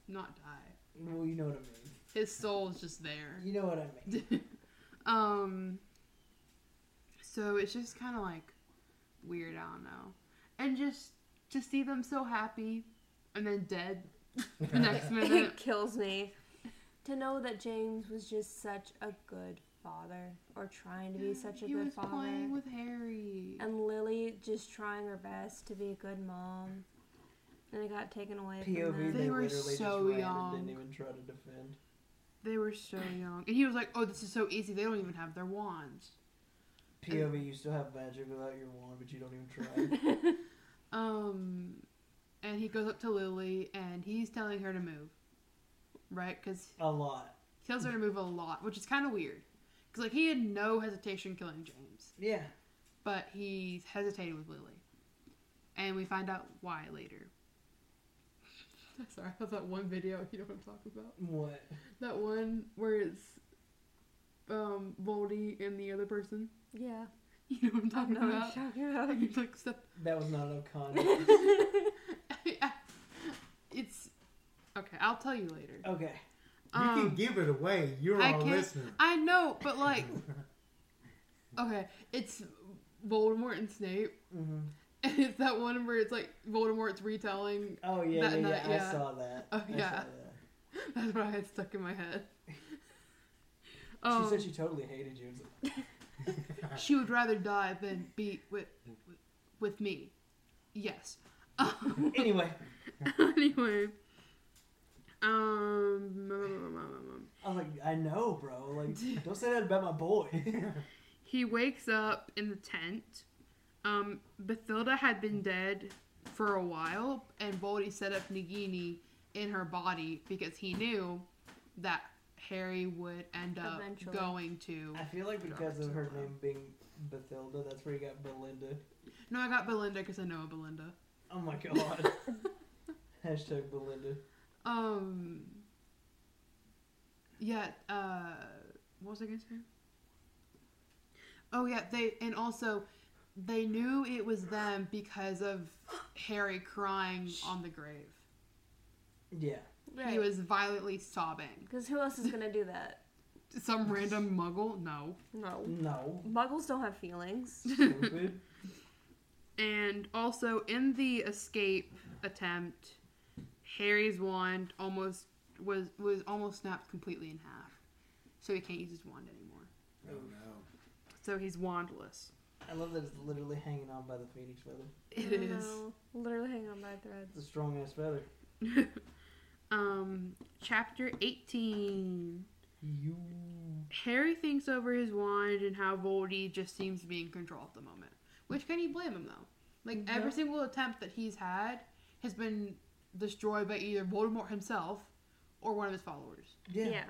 not die.
Well, you know what I
His soul is just there.
mean. You know what I mean.
um so it's just kind of like weird, I don't know. And just to see them so happy and then dead the next minute.
it kills me to know that James was just such a good father or trying to be such a
he
good
was
father.
playing with Harry.
and Lily just trying her best to be a good mom. And it got taken away from
POV.
them.
They were
literally
so
just ran
young. Uh.
And didn't even try to defend.
They were so young, and he was like, "Oh, this is so easy. They don't even have their wands."
POV, you still have magic without your wand, but you don't even try.
Um, and he goes up to Lily, and he's telling her to move, right? Because
a lot.
he tells her to move a lot, which is kind of weird. Because like he had no hesitation killing James,
Yeah.
but he's hesitated with Lily, and we find out why later. Sorry, I that one video. You know what I'm talking about.
What?
That one where it's um Voldy and the other person.
Yeah.
You know what I'm
I
talking
know what
about?
you're talking about.
And you, like step.
That was not enough context.
it's okay. I'll tell you later.
okay.
you
Um,
can give it away. You're
I
all
can't-
listening.
I know, but like, okay, it's Voldemort and Snape,
hmm
and it's that one where it's like Voldemort's retelling.
Oh yeah,
That
yeah,
night,
yeah,
yeah.
I saw that.
Oh,
I saw
yeah.
that.
That's what I had stuck in my head.
She
Um,
said she totally hated you. It's like,
she would rather die than be with with, with me. Yes. Um,
Anyway,
anyway. Um, mm, mm, mm, mm, mm.
I was like, I know, bro. Like, don't say that about my boy.
he wakes up in the tent. Um, Bathilda had been dead for a while, and Voldy set up Nagini in her body because he knew that Harry would end up
Eventually.
going to.
I feel like because of her name being Bathilda, that's where you got Belinda.
No, I got Belinda because I know a Belinda.
Oh my god. Hashtag Belinda.
Um. Yeah. Uh. What was I gonna say? Oh yeah. They and also they knew it was them because of Harry crying on the grave.
Yeah.
He was violently sobbing.
Because who else is going to do that?
Some random muggle? No.
No.
No.
Muggles don't have feelings.
Stupid.
And also in the escape attempt, Harry's wand almost was was almost snapped completely in half. So he can't use his wand anymore.
Oh, no.
So he's wandless.
I love that it's literally hanging on by the phoenix feather.
It
I don't
is.
know. Literally hang on by a thread.
It's a strong ass feather.
um, chapter 18.
You.
Harry thinks over his wand and how Voldy just seems to be in control at the moment. Which can you blame him though? Like every single attempt that he's had has been destroyed by either Voldemort himself or one of his followers.
Yeah.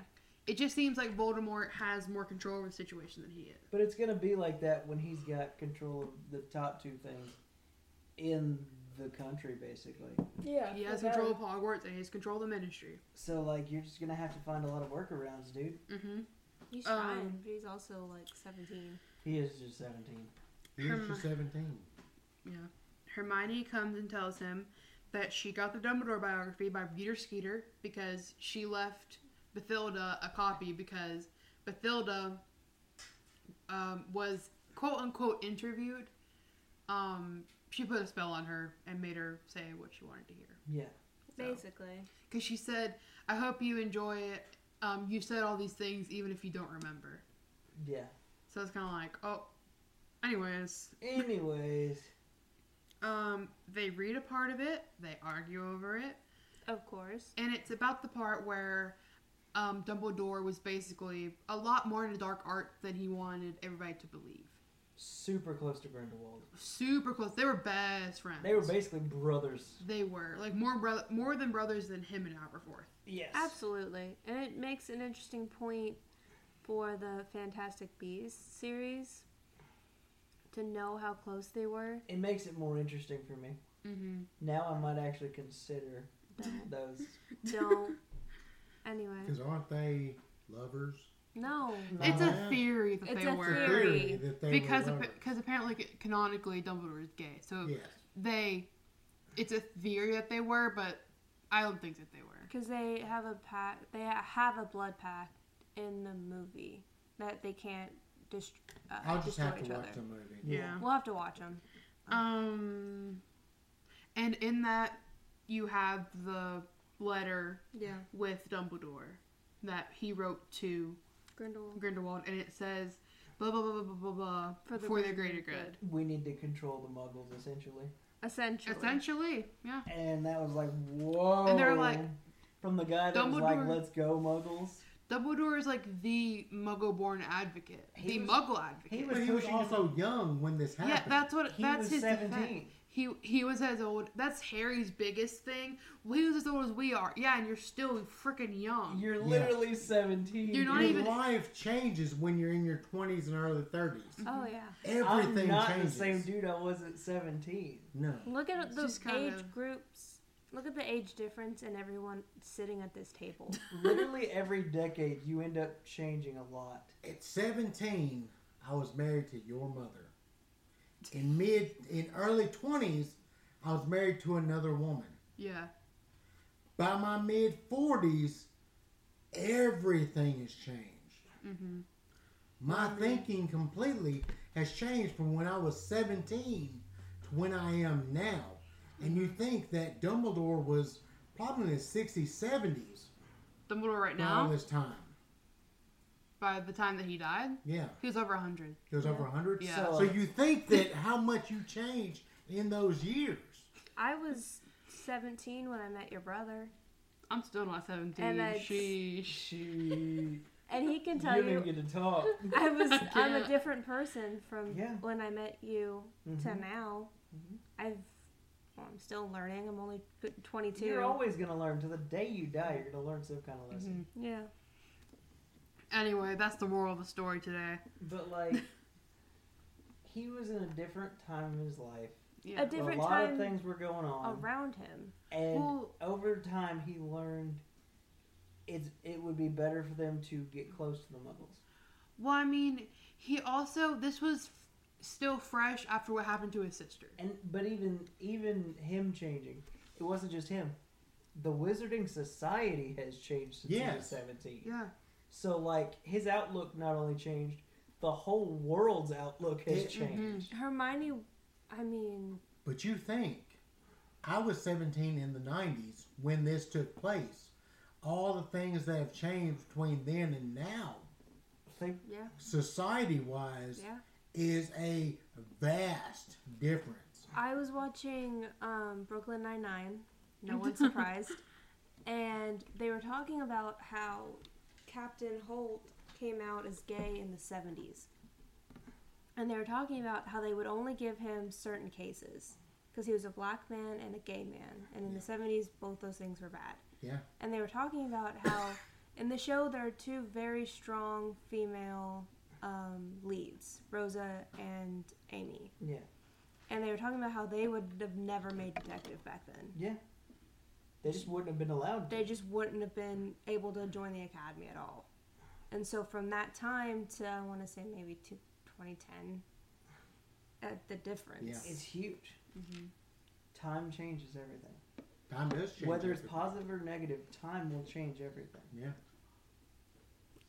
It just seems like Voldemort has more control over the situation than he is.
But it's gonna be like that when he's got control of the top two things in the country, basically.
Yeah.
He has control of Hogwarts and he has control of the Ministry.
So like, you're just gonna have to find a lot of workarounds, dude.
Mm-hmm.
He's
Um,
trying, but he's also like 17.
He is just 17.
You're
Herm-
just 17.
Yeah. Hermione comes and tells him that she got the Dumbledore biography by Peter Skeeter because she left Bathilda a copy because Bathilda um, was quote unquote interviewed. Um, she put a spell on her and made her say what she wanted to hear.
Yeah.
Basically.
Because she said, I hope you enjoy it. Um, you said all these things even if you don't remember.
Yeah.
So it's kind of like, oh. Anyways,
Anyways,
um, they read a part of it, they argue over it,
Of course.
and it's about the part where um, Dumbledore was basically a lot more into dark art than he wanted everybody to believe.
super close to Grindelwald.
Super close. They were best friends.
They were basically brothers.
They were like more bro- more than brothers than him and Aberforth.
Yes.
Absolutely. And it makes an interesting point for the Fantastic Beasts series to know how close they were.
It makes it more interesting for me.
Mm-hmm.
Now I might actually consider
Don't.
those.
Don't. anyway.
Because aren't they lovers?
No.
It's a
Uh-huh.
theory that
It's
they
a
were
The
Theory.
theory that they
because
were lovers.
because apparently canonically Dumbledore is gay, so
Yes.
they it's a theory that they were, but I don't think that they were.
Because they have a pact. They have a blood pact in the movie that they can't dist- uh,
I'll just
destroy
have
each
to watch
other.
the movie.
Yeah.
We'll have to watch them.
Um, and in that you have the letter
Yeah.
with Dumbledore that he wrote to
Grindelwald.
Grindelwald, and it says blah blah blah blah blah blah, blah
For the
the
greater
greater good.
good.
We need to control the muggles, essentially.
Essentially.
Essentially, yeah.
And that was like, whoa.
And they're like-
from the guy that was like,
Dumbledore-
let's go, muggles.
Dumbledore is like the Muggle-born advocate,
He
the
was-
Muggle advocate.
he was
But he was
pushing him-
also young when this happened.
yeah, that's what
He
that's
was
his
17.
defense. He he was as old. That's Harry's biggest thing. Well, he was as old as we are. Yeah, and you're still freaking young.
You're
Yeah.
literally 17.
You're not
Your
even-
life changes when you're in your 20s and early 30s.
Oh yeah.
Everything
I'm not
changes.
the same dude I was at 17.
No.
Look at
It's
the
just
age
kinda-
groups. Look at the age difference in everyone sitting at this table.
Literally every decade, you end up changing a lot.
At 17, I was married to your mother. In mid, in early 20s, I was married to another woman.
Yeah,
By my mid 40s, everything has changed.
Mhm.
My thinking completely has changed from when I was 17 to when I am now. And you think that Dumbledore was probably in his 60s, 70s
Dumbledore right
by all
now.
this time.
By the time that he died,
Yeah,
he was over hundred.
he was over 100.
Yeah.
So you think that how much you changed in those years.
I was 17 when I met your brother,
I'm still not seventeen.
And that's-
Sheesh.
She.
and he can
you
tell
didn't
you
even get to talk.
I was
I
I'm
can't.
a different person from
Yeah.
when I met you to
Mhm.
now.
Mhm.
I've well, I'm still learning. I'm only 22.
You're always going to learn. To the day you die, you're going to learn some kind of lesson.
Mhm.
yeah.
Anyway, that's the moral of the story today.
Mm-hmm.
But, like, he was in a different time of his life.
Yeah.
A different
a lot
time
of things were going on.
around him.
And
Well-
over time, he learned it's, it would be better for them to get close to the muggles.
Well, I mean, he also this was f- still fresh after what happened to his sister.
And but even even him changing, it wasn't just him. The Wizarding Society has changed since he was
Yes.
seventeen.
Yeah,
So like his outlook not only changed, the whole world's outlook has
It-
changed.
Hermione, I mean,
But you think I was 17 in the 90s when this took place. All the things that have changed between then and now,
Think
yeah,
society wise,
yeah.
is a vast difference.
I was watching um, Brooklyn Nine Nine. No one's surprised. And they were talking about how Captain Holt came out as gay in the 70s. And they were talking about how they would only give him certain cases because he was a black man and a gay man. And in the 70s, both those things were bad.
Yeah.
And they were talking about how in the show there are two very strong female um, leads, Rosa and Amy.
yeah.
And they were talking about how they would have never made detective back then.
Yeah. They just wouldn't have been allowed to.
They just wouldn't have been able to join the academy at all. And so from that time to I want to say maybe to 2010, at the difference.
Yeah.
It's huge.
Mm-hmm.
Time changes everything.
Time does change.
Whether it's
everything.
positive or negative, time will change everything.
Yeah.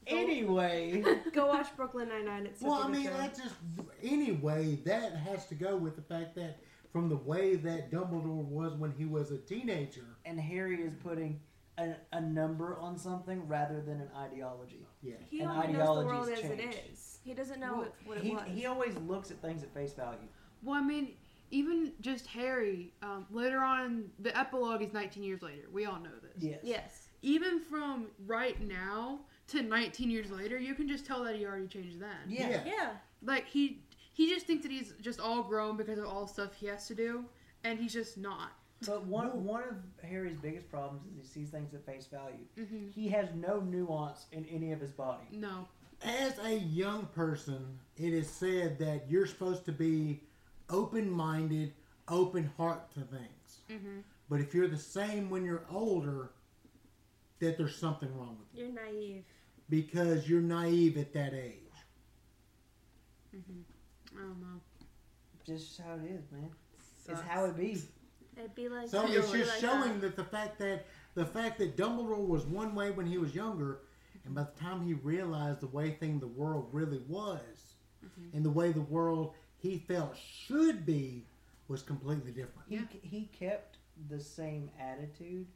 Anyway,
Go watch Brooklyn Nine Nine. It's such
Well,
a
I
good
mean,
show.
that's just anyway. That has to go with the fact that from the way that Dumbledore was when he was a teenager.
and Harry is putting a, a number on something rather than an ideology.
Yeah.
he
and
only knows the world as
ideologies
it
change.
is. He doesn't know
Well,
what, what it
he,
was.
he always looks at things at face value.
Well, I mean, even just Harry. Um, later on, in the epilogue is 19 years later. We all know this.
Yes.
yes.
Even from right now to 19 years later, you can just tell that he already changed then.
Yeah.
Yeah.
Yeah.
Like he he just thinks that he's just all grown because of all the stuff he has to do, and he's just not.
But one one of Harry's biggest problems is he sees things at face value.
Mhm.
He has no nuance in any of his body.
No.
As a young person, it is said that you're supposed to be open-minded, open heart to things.
Mhm.
But if you're the same when you're older, that there's something wrong with you.
You're naive.
because you're naive at that age.
I don't know.
Just how it is, man.
Sucks.
It's how it be.
It'd be like
So it's
Really
just
like uh,
showing
that.
that the fact that the fact that Dumbledore was one way when he was younger, and by the time he realized the way thing the world really was,
Mm-hmm.
and the way the world he felt should be, was completely different.
He
Yeah.
he kept the same attitude,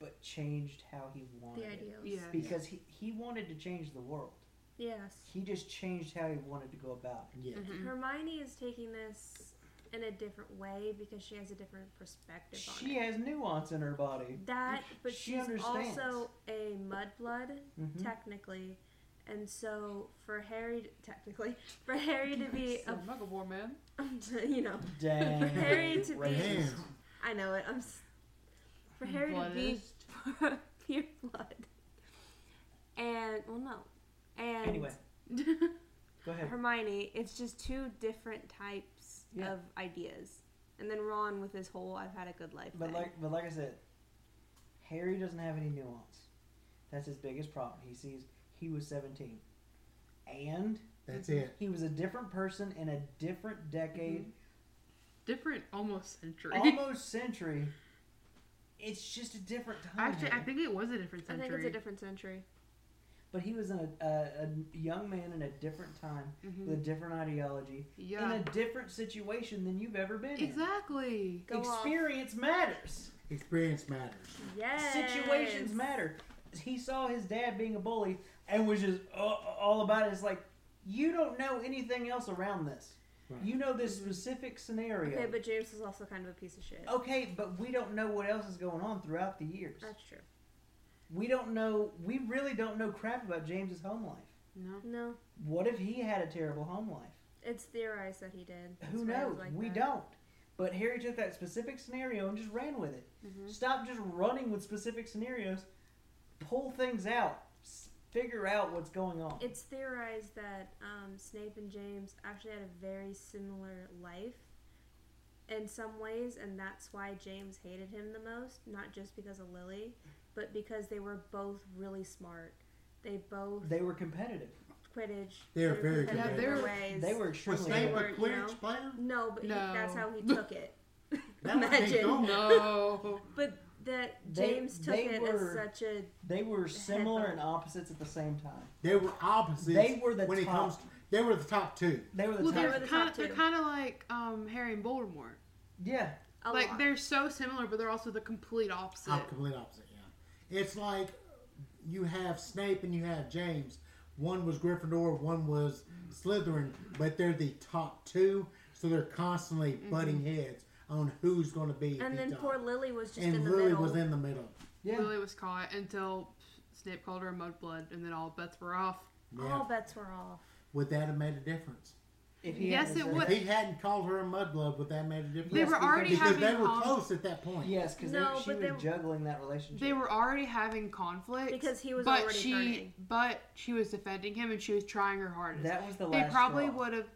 but changed how he wanted
the
it
ideals.
Yeah.
because he he wanted to change the world.
Yes.
He just changed how he wanted to go about it.
Yeah.
Mhm.
Hermione is taking this in a different way because she has a different perspective on
She
it.
has nuance in her body.
That, but
She
she's
understands.
also a mudblood
Mhm.
technically, and so for Harry, technically, for Harry to be a,
Muggle man.
you know,
Dang.
Harry to be-
racist.
Man.
I know it. I'm s- for Harry to be
Bloodist.
pure blood, and well, no, and
Anyway, go ahead.
Hermione, it's just two different types
Yeah.
of ideas. And then Ron with his whole I've had a good life
But
thing.
like, but like I said, Harry doesn't have any nuance. That's his biggest problem. He sees he was seventeen, and
That's
Mm-hmm.
it.
he was a different person in a different decade,
Different almost century.
almost century. It's just a different time.
Actually, I
Harry.
think it was a different
I
century.
think it's a different century.
But he was in a, a, a young man in a different time with
Mhm.
a different ideology
Yeah.
in a different situation than you've ever been in.
Exactly.
Go off.
Experience matters.
Experience matters.
Yes.
Situations matter. He saw his dad being a bully and was just uh, all about it. It's like, you don't know anything else around this.
Right.
You know this specific scenario.
Okay, but James is also kind of a piece of shit.
Okay, but we don't know what else is going on throughout the years.
That's true.
We don't know, we really don't know crap about James's home life.
No.
No.
What if he had a terrible home life?
It's theorized that he did. That's
Who
why I was
knows?
like
we
that.
don't. But Harry took that specific scenario and just ran with it. Stop just running with specific scenarios. Pull things out. S- Figure out what's going on.
It's theorized that um, Snape and James actually had a very similar life in some ways, and that's why James hated him the most, not just because of Lily, but because they were both really smart. They both
they were competitive.
Quidditch.
They are very
competitive
Yeah, they
in
were-
ways.
They were
Was
extremely. good.
Snape a
Or, you know.
Quidditch player?
No, but he,
No.
that's how he took it.
That would take
Imagine.
over.
No.
But that
They-
James took
they
it
were-
as such a
They were similar
Headbutt.
and opposites at the same time.
They were opposites.
They were the
when it
top.
comes. They were the top two.
They were the
Well,
type.
were
they're
the
kind
top
of they're
two.
kind of like um, Harry and Voldemort.
yeah,
a
like
lot.
they're so similar, but they're also the complete opposite.
Op- complete opposite. Yeah. It's like you have Snape and you have James. One was Gryffindor, one was Slytherin, but they're the top two, so they're constantly
Mm-hmm.
butting heads on who's going to be.
and
the
then
top.
poor Lily was just
and
in the
Lily
middle.
was in the middle.
yeah.
Lily was caught until Snape called her a mudblood, and then all bets were off.
Yeah.
All bets were off.
Would that have made a difference?
If he
Yes,
hadn't
it
said-
would.
If he hadn't called her a mudblood, would that have made a difference?
They
Yes,
were
because-
already
because
having
they were
con-
close at that point.
Yes, because
No,
she
but
was
they-
juggling that relationship.
They were already having conflict
Because he was
but
already
she,
hurting.
But she was defending him, and she was trying her hardest.
That was the
they
last.
probably
straw.
would have.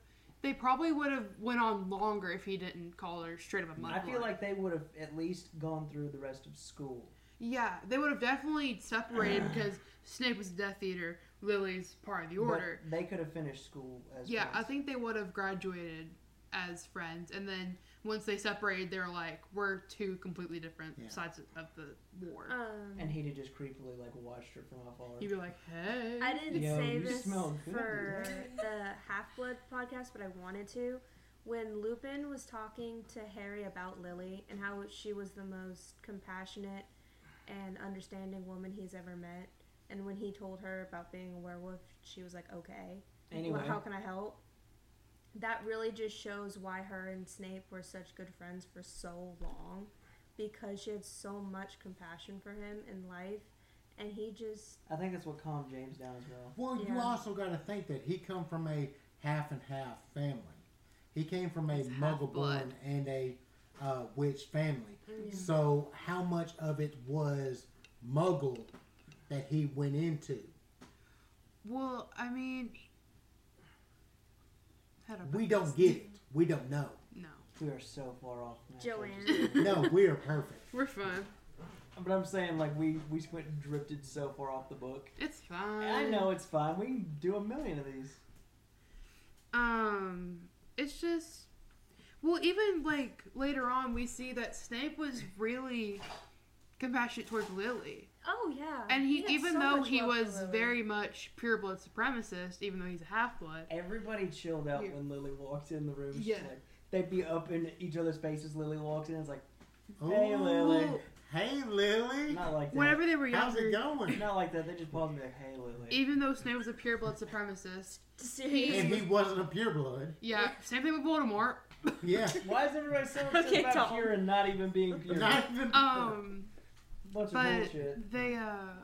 They probably would have went on longer if he didn't call her straight up a mudblood.
I feel like they would have at least gone through the rest of school.
Yeah, they would have definitely separated because Snape was the Death Eater, Lily's part of the
But
Order.
They could have finished school as
yeah, I
friends.
think they would have graduated as friends, and then once they separated, they're like, we're two completely different
Yeah.
sides of the war.
Um,
And he'd have just creepily like watched her from afar.
You'd be like, hey,
I didn't
Yo,
say
you
this
smell good,
for
dude.
the Half Blood podcast, but I wanted to. When Lupin was talking to Harry about Lily and how she was the most compassionate and understanding woman he's ever met, and when he told her about being a werewolf, she was like, "Okay,
Anyway.
how can I help?" That really just shows why her and Snape were such good friends for so long, because she had so much compassion for him in life, and he just
I think that's what calmed James down as well.
Well, you
Yeah.
also got to think that he come from a half and half family. He came from a
He's
Muggle
half-blood.
born and a uh, witch family.
Mm,
So how much of it was Muggle that he went into?
well, I mean, how to put
We
this?
don't get it. We don't know.
No,
We are so far off now.
Joanne.
No, we are perfect.
we're fine.
But I'm saying like we we went and drifted so far off the book.
It's fine.
I know it's fine. We can do a million of these.
Um, it's just, well, even like later on, we see that Snape was really compassionate towards Lily,
Oh yeah.
and he,
had
even
so
though
much
he
love for
was
Lily.
very much pure blood supremacist, even though he's a half blood.
Everybody chilled out
Here.
when Lily walked in the room. She's
Yeah.
like, they'd be up in each other's faces. Lily walks in. It's like, Hey, Lily.
Hey, Lily.
Not like that.
Oh. Whenever they were
How's it
younger,
going?
Not like that. They just pause and be like, hey, Lily.
even though Snape was a pureblood supremacist,
And
He's-
he wasn't a pureblood.
yeah, same thing with Voldemort.
Yeah.
Why is everybody so upset
Okay,
about
Tom.
Kira not even being pure?
Not even.
Um,
Bunch of
but
bullshit.
they uh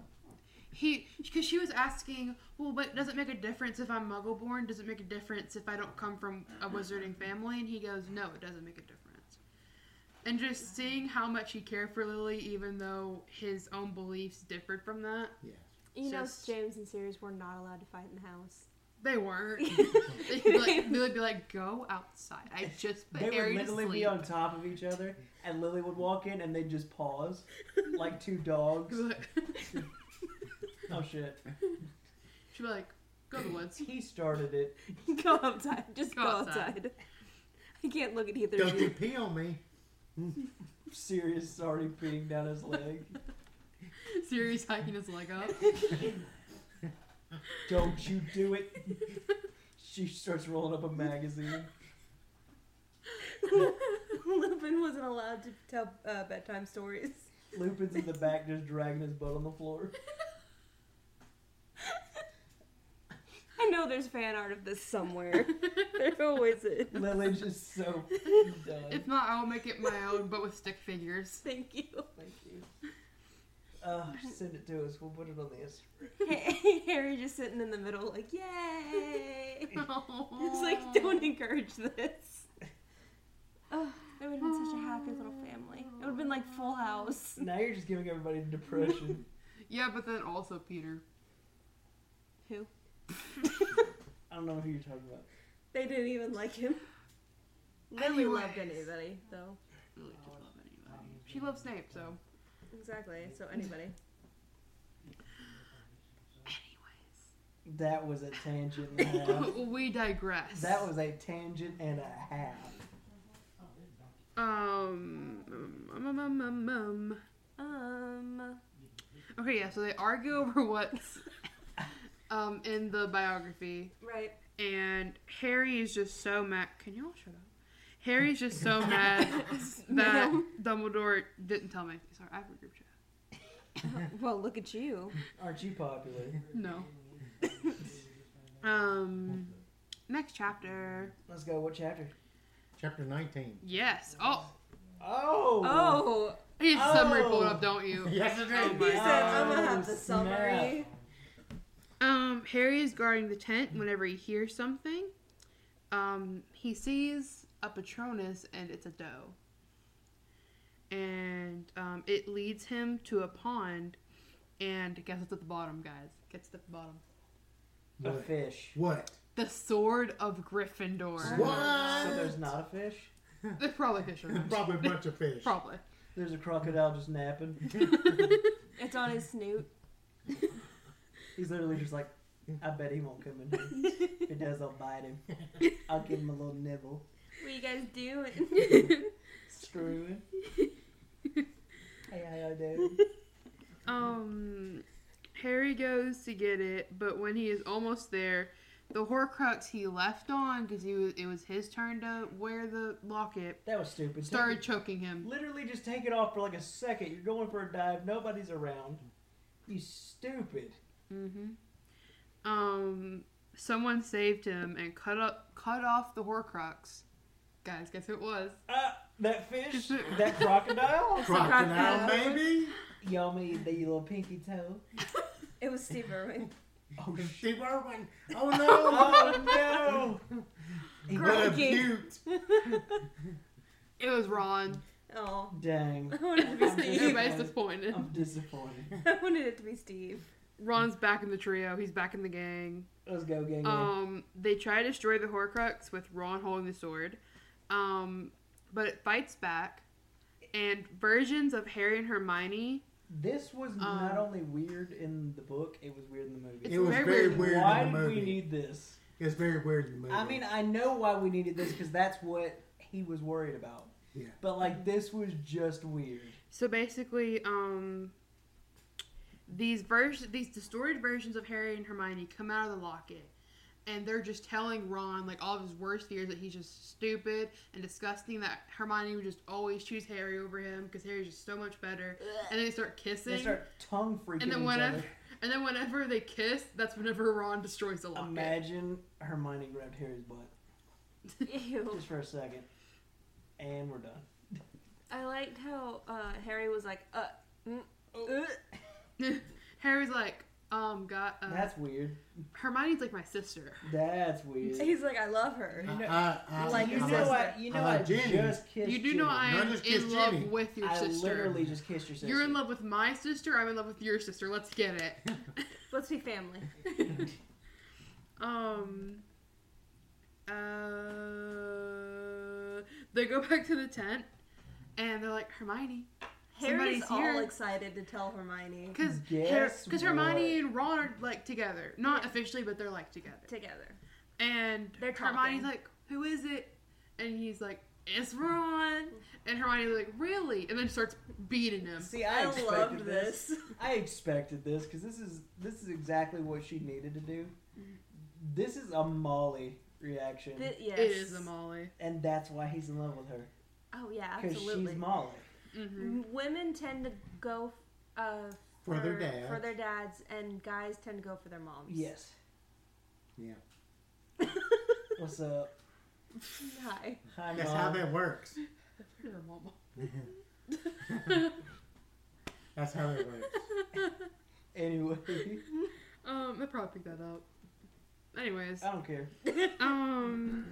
he because she was asking well but does it make a difference if i'm muggle born does it make a difference if i don't come from a wizarding family and he goes no it doesn't make a difference and just seeing how much he cared for lily even though his own beliefs differed from that
yes.
You know,
Just-
James and Sirius were not allowed to fight in the house.
they weren't they'd be like, Lily'd be like go outside i just put
They would
harry to
literally be
sleep
on top of each other, and Lily would walk in, and they'd just pause, like two dogs. Oh shit!
she'd be like go to the woods
He started it.
go outside. Just
Go
go,
outside.
outside. I can't look at either
Don't
of
you
you.
pee on me.
Sirius already peeing down his leg.
Sirius hiking his leg up
Don't you do it. She starts rolling up a magazine.
Lupin wasn't allowed to tell uh, bedtime stories.
Lupin's in the back just dragging his butt on the floor.
I know there's fan art of this somewhere. there always is.
Lily's just so done.
if not i'll make it my own but with stick figures
Thank you.
Thank you. Uh, send it to us. We'll put it on the Instagram.
Harry just sitting in the middle, like, yay! It's
it's
like, don't encourage this. Oh, it would have been such a happy little family. It would have been like Full House.
Now you're just giving everybody depression.
Yeah, but then also Peter.
Who?
I don't know who you're talking about.
They didn't even like him. Lily loved anybody, though.
Really
Oh,
did love anybody. She loves Snape, so.
Exactly. So anybody.
That was a tangent and a half.
we digress.
That was a tangent and a half.
Um, um, um, um, um, um.
Um.
Okay, yeah. So they argue over what's um in the biography,
Right.
and Harry is just so mad. Can y'all shut up? Harry's just so mad that Dumbledore didn't tell me. Sorry, I have a group chat.
Well, look at you.
Aren't you popular?
No. um, next chapter.
Let's go. What chapter?
Chapter 19.
Yes. Oh,
Oh!
Oh,
I need a summary
Oh.
pulled up, don't you?
Yes,
Oh
it
my
he said, "I'm
god.
gonna have
Oh,
the summary."
Um, Harry is guarding the tent whenever he hears something. Um, he sees a Patronus and it's a doe. And um, it leads him to a pond. And guess what's at the bottom, guys? Gets at the bottom.
A
What?
fish.
What?
The sword of Gryffindor.
What?
So there's not a fish?
There's probably fishermen.
Probably a bunch of fish.
Probably.
There's a crocodile just napping.
It's on his snoot.
He's literally just like, I bet he won't come in here. If he does, I'll bite him. I'll give him a little nibble.
What are you guys doing?
Screw him. Hey, how y'all doing?
Um, Harry goes to get it, but when he is almost there, the Horcrux he left on because he was, it was his turn to wear the locket
That was stupid. Take
started choking him.
Literally just take it off for like a second. You're going for a dive. Nobody's around. You stupid.
Mm-hmm. Um, someone saved him and cut up cut off the Horcrux. Guys, guess who it was?
Ah, that fish. that crocodile.
Crocodile,
crocodile.
maybe?
Yummy, the little pinky toe.
It was Steve Irwin.
Oh shit.
Steve Irwin. Oh, no.
Oh no. He
what a
Crikey.
cute.
It was Ron.
Oh,
Dang.
I wanted it to be
I'm just-
Steve.
Everybody's disappointed.
I'm disappointed.
I wanted it to be Steve.
Ron's back in the trio. He's back in the gang.
Let's go, gang. gang.
Um, they try to destroy the Horcrux with Ron holding the sword, um, but it fights back. And versions of Harry and Hermione.
this was not
um,
only weird in the book, it was weird in the movie.
It's
It was
very
very,
weird.
weird,
why
in the
did
movie.
we need this?
it's very weird in the movie.
I mean, I know why we needed this because that's what he was worried about.
Yeah.
But like, this was just weird.
So basically, um, these vers- these distorted versions of Harry and Hermione come out of the locket, and they're just telling Ron like all of his worst fears that he's just stupid and disgusting. That Hermione would just always choose Harry over him because Harry's just so much better. And then they start kissing.
They start tongue freaking
and then
each
whenever,
other.
and then whenever they kiss, that's whenever Ron destroys the locket.
Imagine Hermione grabbed Harry's butt
Ew.
just for a second, and we're done.
I liked how uh, Harry was like, uh, mm,
Oh.
uh,
Harry's like, um, got uh,
That's weird.
Hermione's like my sister.
That's weird.
he's like, I love her.
Uh.
You know-
I, I,
like
you
your
I,
know
sister.
I, you know
Uh,
I
Jenny.
just kissed
You do know
Jenny.
I
Not
am
just kiss
in love
Jenny.
with your
I
sister.
literally just kissed your sister.
You're in love with my sister. I'm in love with your sister. Let's get it.
Let's be family.
Um. Uh. They go back to the tent, and they're like Hermione,
Harry's
Somebody's
all
here.
excited to tell Hermione
because
Guess
because Hermione and Ron are like together, not officially, but they're like together.
together.
And
They're
Hermione's
talking.
like, "Who is it?" And he's like, "It's Ron." And Hermione's like, "Really?" And then starts beating him.
See,
I,
I, expected
loved
this.
this.
I expected this because this is this is exactly what she needed to do. This is a Molly reaction,
Th- yes.
It is a Molly.
and that's why he's in love with her
Oh yeah,
because
absolutely.
she's Molly.
hmm
M- Women tend to go uh,
For their
for
dads.
their dads, and guys tend to go for their moms.
Yes.
Yeah.
What's up?
Hi.
Hi,
That's
Mom.
how that works.
You're a mama.
That's how that works.
Anyway,
Um, I probably picked that up. Anyways,
I don't care.
um,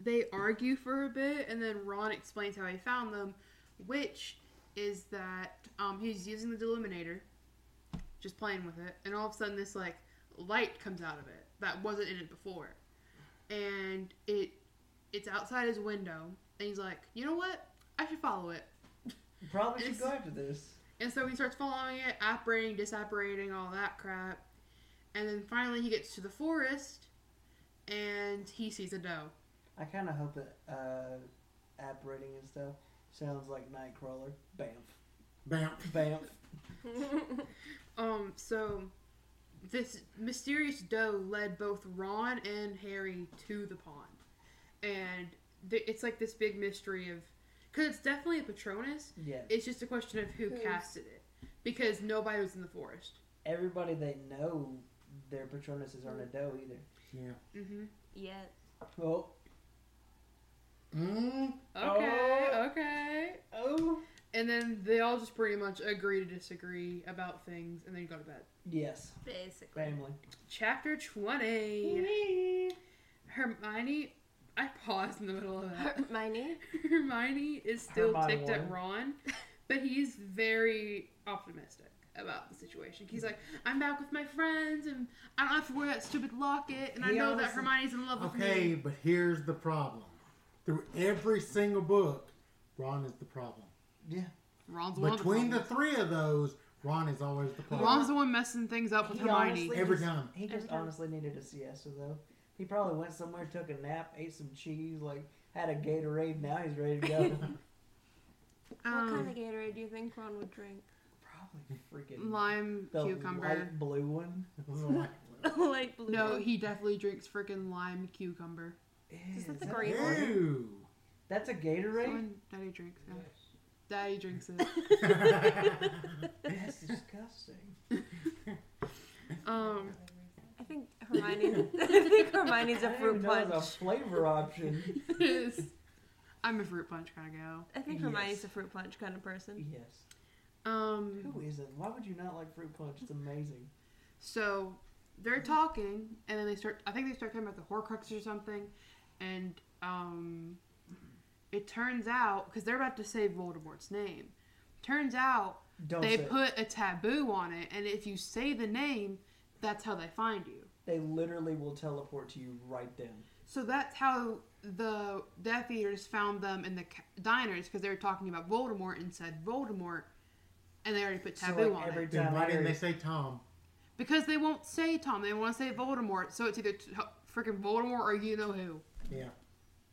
they argue for a bit, and then Ron explains how he found them, which is that um, he's using the deliminator, just playing with it, and all of a sudden this like light comes out of it that wasn't in it before, and it it's outside his window, and he's like, you know what, I should follow it.
You Probably should
It's-
go after this.
And so he starts following it, apparating, disapparating, all that crap. And then finally he gets to the forest and he sees a doe.
I kind of hope that uh, app rating and stuff sounds like Nightcrawler. Bamf,
Bam.
bamf.
Um, so this mysterious doe led both Ron and Harry to the pond. And th- it's like this big mystery of. Because it's definitely a Patronus.
Yeah,
It's just a question of who casted it. Because nobody was in the forest.
everybody they know their Patronuses aren't a doe either.
Yeah.
Mm-hmm.
Yeah.
Well,
Mm.
Okay,
Oh.
okay.
oh
And then they all just pretty much agree to disagree about things and then go to bed.
yes,
Basically.
family.
Chapter 20. Hermione. I paused in the middle of that.
Hermione?
Hermione is still
Hermione
ticked at
one.
Ron, but he's very optimistic about the situation. He's like, I'm back with my friends and I don't have to wear that stupid locket and I
He
know that
honestly-
Hermione's in love with
Okay,
me.
but here's the problem. Through every single book, Ron is the problem.
Yeah,
Ron's one of
Between the
the,
three of those, Ron is always the problem.
Ron's the one messing things up with
He
Hermione.
honestly
Every
just-
time.
He just
Every time.
honestly needed a siesta though. He probably went somewhere, took a nap, ate some cheese, like had a Gatorade. Now he's ready to go.
Um,
what kind of Gatorade do you think Ron would drink?
probably freaking
lime
the
cucumber.
light blue one.
Light blue.
No, he definitely drinks freaking lime cucumber.
Is that the
that-
green one?
Ew.
That's a Gatorade.
Someone daddy drinks it. Daddy drinks it.
That's disgusting.
Um,
I think Hermione. I think Hermione's a fruit
I didn't even know it
punch.
was a flavor option.
it is. I'm a fruit punch kind of gal.
I think
Yes.
Hermione's a fruit punch kind of person.
yes.
Um,
Who isn't? Why would you not like fruit punch? It's amazing.
so they're talking, and then they start. I think they start talking about the Horcrux or something, and um, it turns out because they're about to say Voldemort's name. Turns out
Don't
they
say it.
put a taboo on it, and if you say the name, that's how they find you.
They literally will teleport to you right then.
So that's how the Death Eaters found them in the ca- diners because they were talking about Voldemort and said Voldemort, and they already put
So,
taboo
like,
on
every
it
Then
time
why
I
didn't
heard-
they say Tom?
because they won't say Tom. They want to say Voldemort. So it's either t- freaking Voldemort or you know who.
Yeah.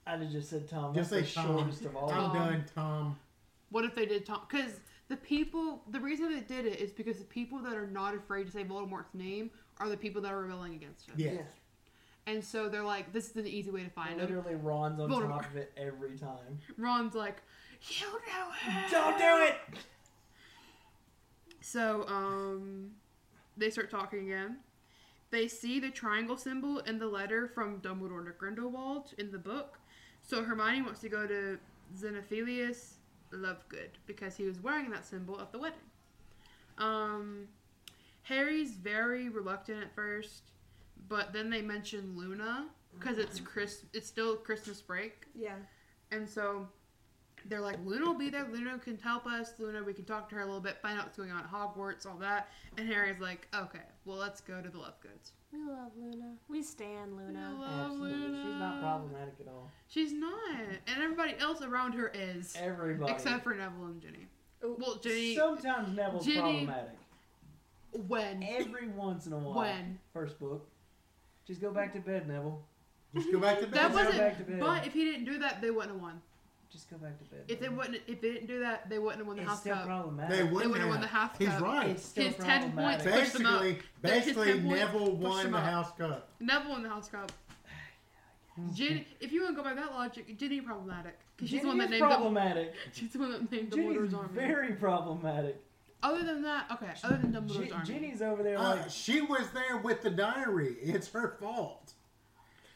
I'd have just said Tom.
Just say
That's the
Tom.
shortest of all.
I'm
Tom.
done, Tom.
What if they did Tom? Because the people, the reason they did it is because the people that are not afraid to say Voldemort's name are the people that are rebelling against him.
Yes.
Yeah.
And so they're like, this is an easy way to find him.
Literally, Ron's on
Voldemort.
top of it every time.
Ron's like, you know it.
Don't do it.
So um, they start talking again. They see the triangle symbol in the letter from Dumbledore to Grindelwald in the book. So Hermione wants to go to Xenophilius Lovegood because he was wearing that symbol at the wedding. Um, Harry's very reluctant at first, but then they mention Luna because it's Chris. It's still Christmas break.
Yeah.
And so they're like, Luna will be there. Luna can help us. Luna, we can talk to her a little bit, find out what's going on at Hogwarts, all that. And Harry's like, okay, well, let's go to the Lovegoods.
We love Luna. We stand Luna.
Love
Absolutely, she's not problematic at all.
She's not. And everybody else around her is.
Everybody,
Except for Neville and Ginny.
Oh,
Well, Ginny,
sometimes Neville's
Ginny-
problematic.
when?
Every once in a while.
When?
First book. Just go back to bed, Neville.
Just go back to bed.
That
Let's go back to
wasn't.
bed.
But if he didn't do that, they wouldn't have won.
Just go back to bed.
If they
Neville.
wouldn't, if they didn't do that, they wouldn't have won the
it's
House
still
Cup.
problematic.
they
They
wouldn't
wouldn't have won the
have.
Half
He's
Cup.
right.
It's still
His ten points
problematic.
pushed them up.
Basically,
But his
basically,
temple
Neville
pushed
won
him
the
up.
House Cup.
Neville won the House Cup. Ginny, if you want to go by that logic, Ginny problematic because she's the one that
Ginny's
named Dumbledore.
problematic.
She's the one that named
Ginny's
Dumbledore's army.
very problematic.
Other than that, okay. Other than Dumbledore's
Gi-
army.
Ginny's over there
Uh,
like,
she was there with the diary. It's her fault.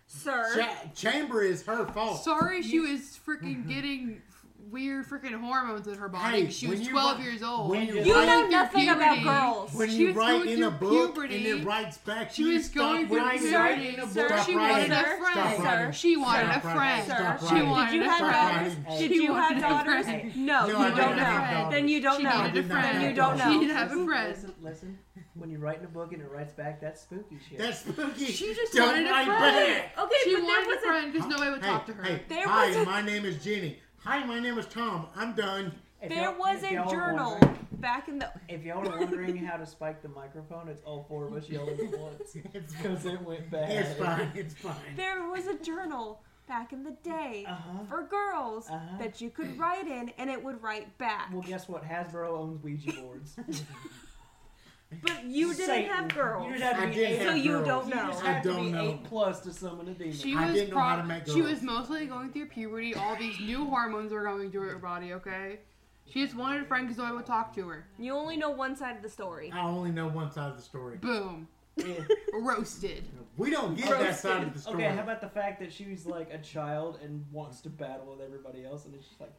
Sir.
Cha- Chamber is her fault.
Sorry, she was freaking getting f- weird freaking hormones in her body.
Hey,
she
when
was
you
twelve
wa-
years old.
when you
You
Right.
know
Through
nothing
puberty.
about girls.
when
she
you
was
write
going
in a
through
book
puberty.
and it writes back,
She
you
was going
stop
through
writing-
puberty.
writing a
Sir,
book.
she
Stop
wanted a
writing.
friend.
Stop writing.
She wanted a
Stop writing.
friend.
Stop
She
writing.
wanted
Did you
a
have
friend.
daughters?
writing.
Did you have daughters? No,
No,
you
I
don't
didn't have
know.
daughters.
Then you don't
She
know.
needed a
did not
friend.
have You don't daughters. know.
She did have a
Listen,
friend.
Listen, listen. When you write in a book and it writes back, that's spooky shit.
That's spooky.
She just
Don't
wanted a
write
friend.
back.
Okay,
She
but there
wanted a
was
friend because nobody would
Hey,
talk to her.
hey,
There
hi,
was a-
my name is Jenny. Hi, my name is Tom. I'm done.
If
there
y'all-
was
if
a
y'all are
journal
wondering-
back in the
If y'all are wondering how to spike the microphone, it's all four of us yelling at once
It's,
because it went bad.
it's fine. It's fine.
there was a journal back in the day
Uh huh.
for girls
Uh-huh.
that you could write in and it would write back.
Well, guess what? Hasbro owns Ouija boards.
But you didn't
Satan.
have girls.
You didn't have
I
to be
did
eight.
so
have
you
girls.
don't
you
know.
just
I
have to
don't
be
know.
eight plus to summon a demon.
She
I
was
didn't know how to
prob-
make
She
girls.
was mostly going through puberty. All these new hormones were going through her body. Okay, she just wanted a friend because nobody would talk to her.
You only know one side of the story.
I only know one side of the story.
Boom,
Yeah.
roasted.
We don't get that side of the story.
Okay, how about the fact that she's like a child and wants to battle with everybody else, and it's just like,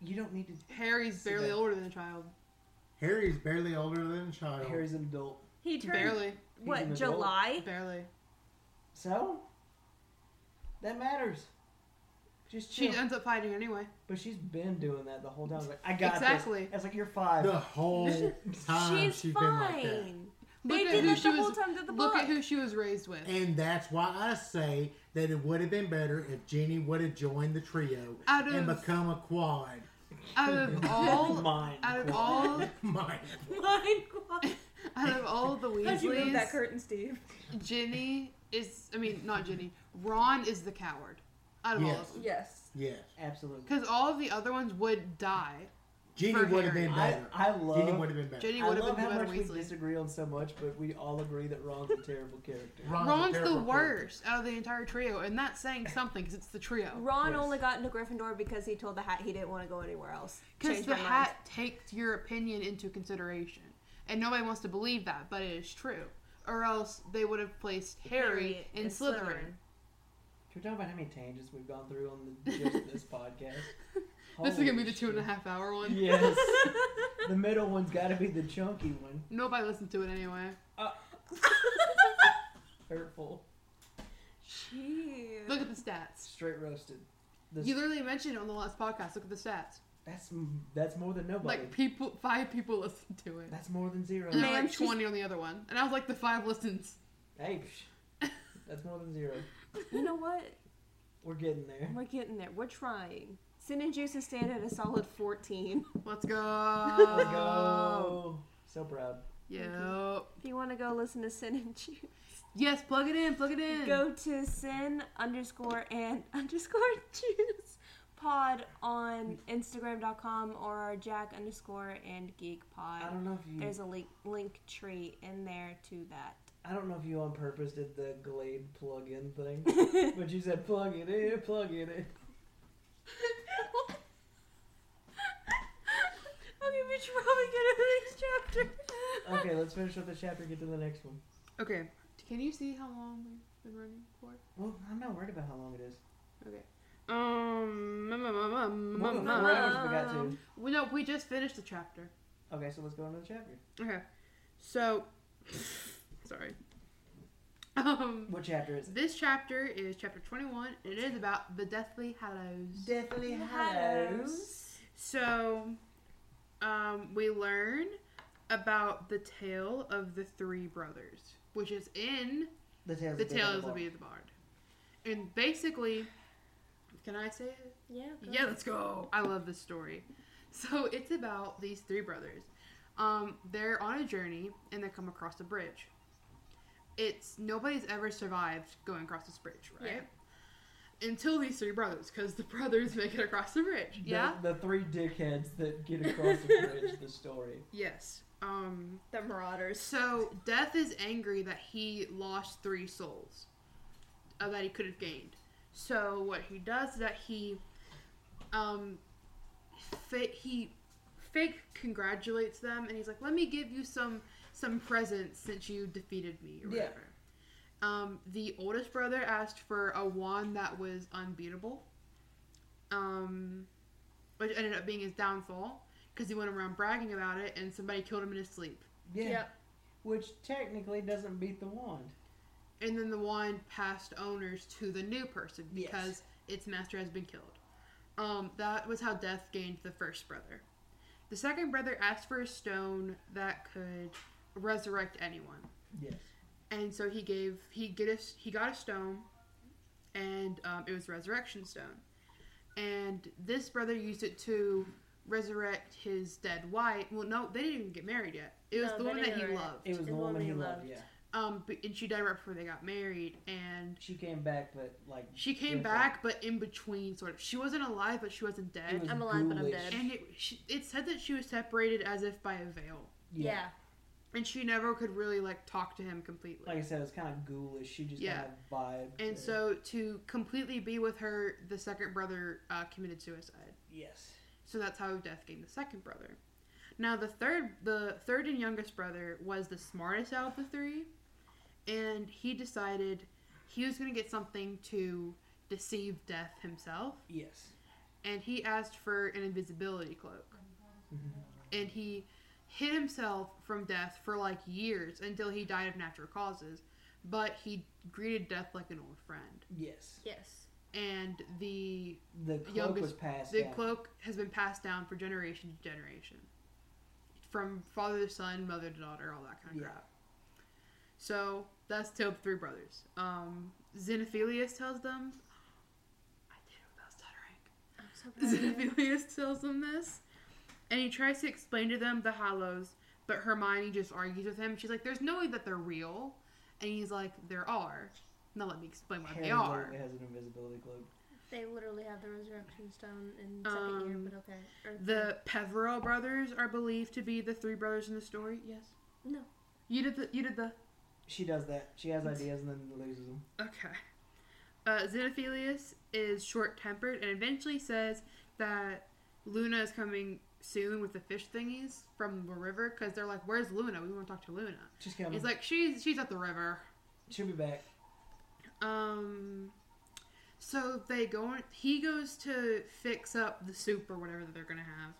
you don't need to.
Harry's barely
Yeah.
older than a child.
Harry's barely older than a child.
Harry's an adult,
He turned
Barely,
He's an
what
adult.
July?
barely.
so that matters. Just
She
chill.
ends up fighting anyway.
but she's been doing that the whole time. Like, I got
Exactly.
this. It's like you're five.
The whole time
She's
she's been like that.
fine.
Look
They
at
did
who
that
she
the whole
was.
time to the
Look
book.
at who she was raised with.
And that's why I say that it would have been better if Jenny would have joined the trio
Out
and
of-
become a quad.
Out of all,
mine.
out of all,
Mine.
Mine. God.
out of all the
How'd you move that
Weasleys,
curtain, Steve?
Ginny is. I mean, not Ginny. Ron is the coward. Out of all
Yes.
of them,
Yes.
Yes.
Absolutely.
because all of the other ones would die.
Jenny
For
would have
Harry.
been
I,
better.
I love.
Jenny would have been better.
Ginny
I
would have
love
been the
how
better
much we
Weasley.
disagree on so much, but we all agree that Ron's a terrible character.
Ron's, a
Ron's the
terrible character.
worst out of the entire trio, and that's saying something because it's the trio.
Ron
Yes.
only got into Gryffindor because he told the hat he didn't want to go anywhere else.
Because
Changed
the
my mind.
hat takes your opinion into consideration, and nobody wants to believe that, but it is true. Or else they would have placed Harry in
and
Slytherin.
Can we talk about how many tangents we've gone through on the, just this podcast?
This is gonna be
Holy
the two and a half hour one.
shit. Yes. the middle one's got to be the chunky one.
Nobody listened to it anyway.
Hurtful.
Jeez.
Look at the stats.
Straight roasted. This,
You literally mentioned it on the last podcast. Look at the stats.
that's m- that's more than nobody.
Like people, five people listened to it.
that's more than zero.
And there were
Ma'am,
like
she's-
twenty on the other one, and I was like the five listens.
hey, psh, that's more than zero.
You know what?
We're getting there.
We're getting there. We're trying. Sin and Juice is standing at a solid 14.
Let's go.
Let's go. So proud.
Yep.
If you want to go listen to Sin and Juice,
Yes, plug it in, plug it
Hmm.
in.
go to Sin underscore and underscore Juice pod on Instagram.com or Jack underscore and Geek
I
pod.
don't know if you.
There's a link, link tree in there to that.
I don't know if you on purpose did the Glade plug-in thing, but you said plug it in, plug it in.
Okay, we should probably get to the next chapter.
Okay, let's finish up the chapter. Get to the next one.
Okay. Can you see how long we've been running for?
Well, I'm not worried about how long it is.
Okay. Um. mm, mm, mm, mm,
We'll go
mm,
for
mm.
whatever we got to.
Well, no, we just finished the chapter.
Okay, so let's go into the chapter.
Okay. So, sorry. Um,
What chapter is it?
this chapter is chapter 21, and it is about the Deathly Hallows.
Deathly
So, um, we learn about the tale of the three brothers, which is in
The Tales
The
of Deathly
Tale of the
Hallows.
Bee of the Bard. And basically, can I say it?
Yeah. go
Yeah, let's go. I love this story. So it's about these three brothers. Um, they're on a journey and they come across a bridge. It's nobody's ever survived going across this bridge, right? Until these three brothers, because the brothers make it across the bridge.
The-
Yeah.
The, three dickheads that get across the bridge. The story.
Yes. Um.
The Marauders.
So death is angry that he lost three souls, uh, that he could have gained. So what he does is that he, um, fa- he fake congratulates them and he's like, "Let me give you some some presents since you defeated me or
Yeah.
whatever." Um, the oldest brother asked for a wand that was unbeatable, um, which ended up being his downfall because he went around bragging about it and somebody killed him in his sleep.
Yeah.
Yep.
Which technically doesn't beat the wand.
and then the wand passed owners to the new person
Yes.
because its master has been killed. Um, that was how death gained the first brother. The second brother asked for a stone that could resurrect anyone,
Yes.
and so he gave he get a, he got a stone, and um, it was resurrection stone, and this brother used it to resurrect his dead wife. Well, no, they didn't even get married yet. It was
No,
the
they
one that
didn't
he
get married.
loved.
It was the woman he loved. Yeah.
Um, but, and she died right before they got married, and
She came back, but like
She came
Yeah.
back, but in between, sort of. She wasn't alive, but she wasn't
it
dead.
was
I'm alive, but I'm
ghoulish.
dead.
and it, she, it said that she was separated as if by a veil,
Yeah.
and she never could really like talk to him completely.
Like I said, it was kind of ghoulish. She just
Yeah.
kind of vibed.
and
to-
so, to completely be with her, the second brother uh, committed suicide.
yes,
So that's how Death gained the second brother. Now the third, the third and youngest brother was the smartest out of the three, and he decided he was going to get something to deceive Death himself.
yes,
and he asked for an invisibility cloak. And he hid himself from death for like years until he died of natural causes. But he greeted death like an old friend.
yes.
Yes.
And the
The cloak
youngest-
was passed.
the
down.
cloak has been passed down for generation to generation. From father to son, mother to daughter, all that kind of
Yeah.
crap. So that's Tale of the Three Brothers. Um, Xenophilius tells them. I did it without stuttering.
I'm so proud of you.
Xenophilius tells them this, and he tries to explain to them the Hollows, but Hermione just argues with him. She's like, "There's no way that they're real," and he's like, "There are." Now let me explain what
Harry
they are.
literally has an invisibility cloak.
They literally have the resurrection stone in second year,
Um,
but okay. Or
The Peverell brothers are believed to be the three brothers in the story. Yes.
No.
You did the. You did the.
She does that. She has ideas and then loses them.
Okay. Uh, Xenophilius is short-tempered and eventually says that Luna is coming soon with the fish thingies from the river because they're like, "Where's Luna? We want to talk to Luna."
She's coming.
It's like she's she's at the river.
She'll be back.
Um, so they go. in- He goes to fix up the soup or whatever that they're gonna have.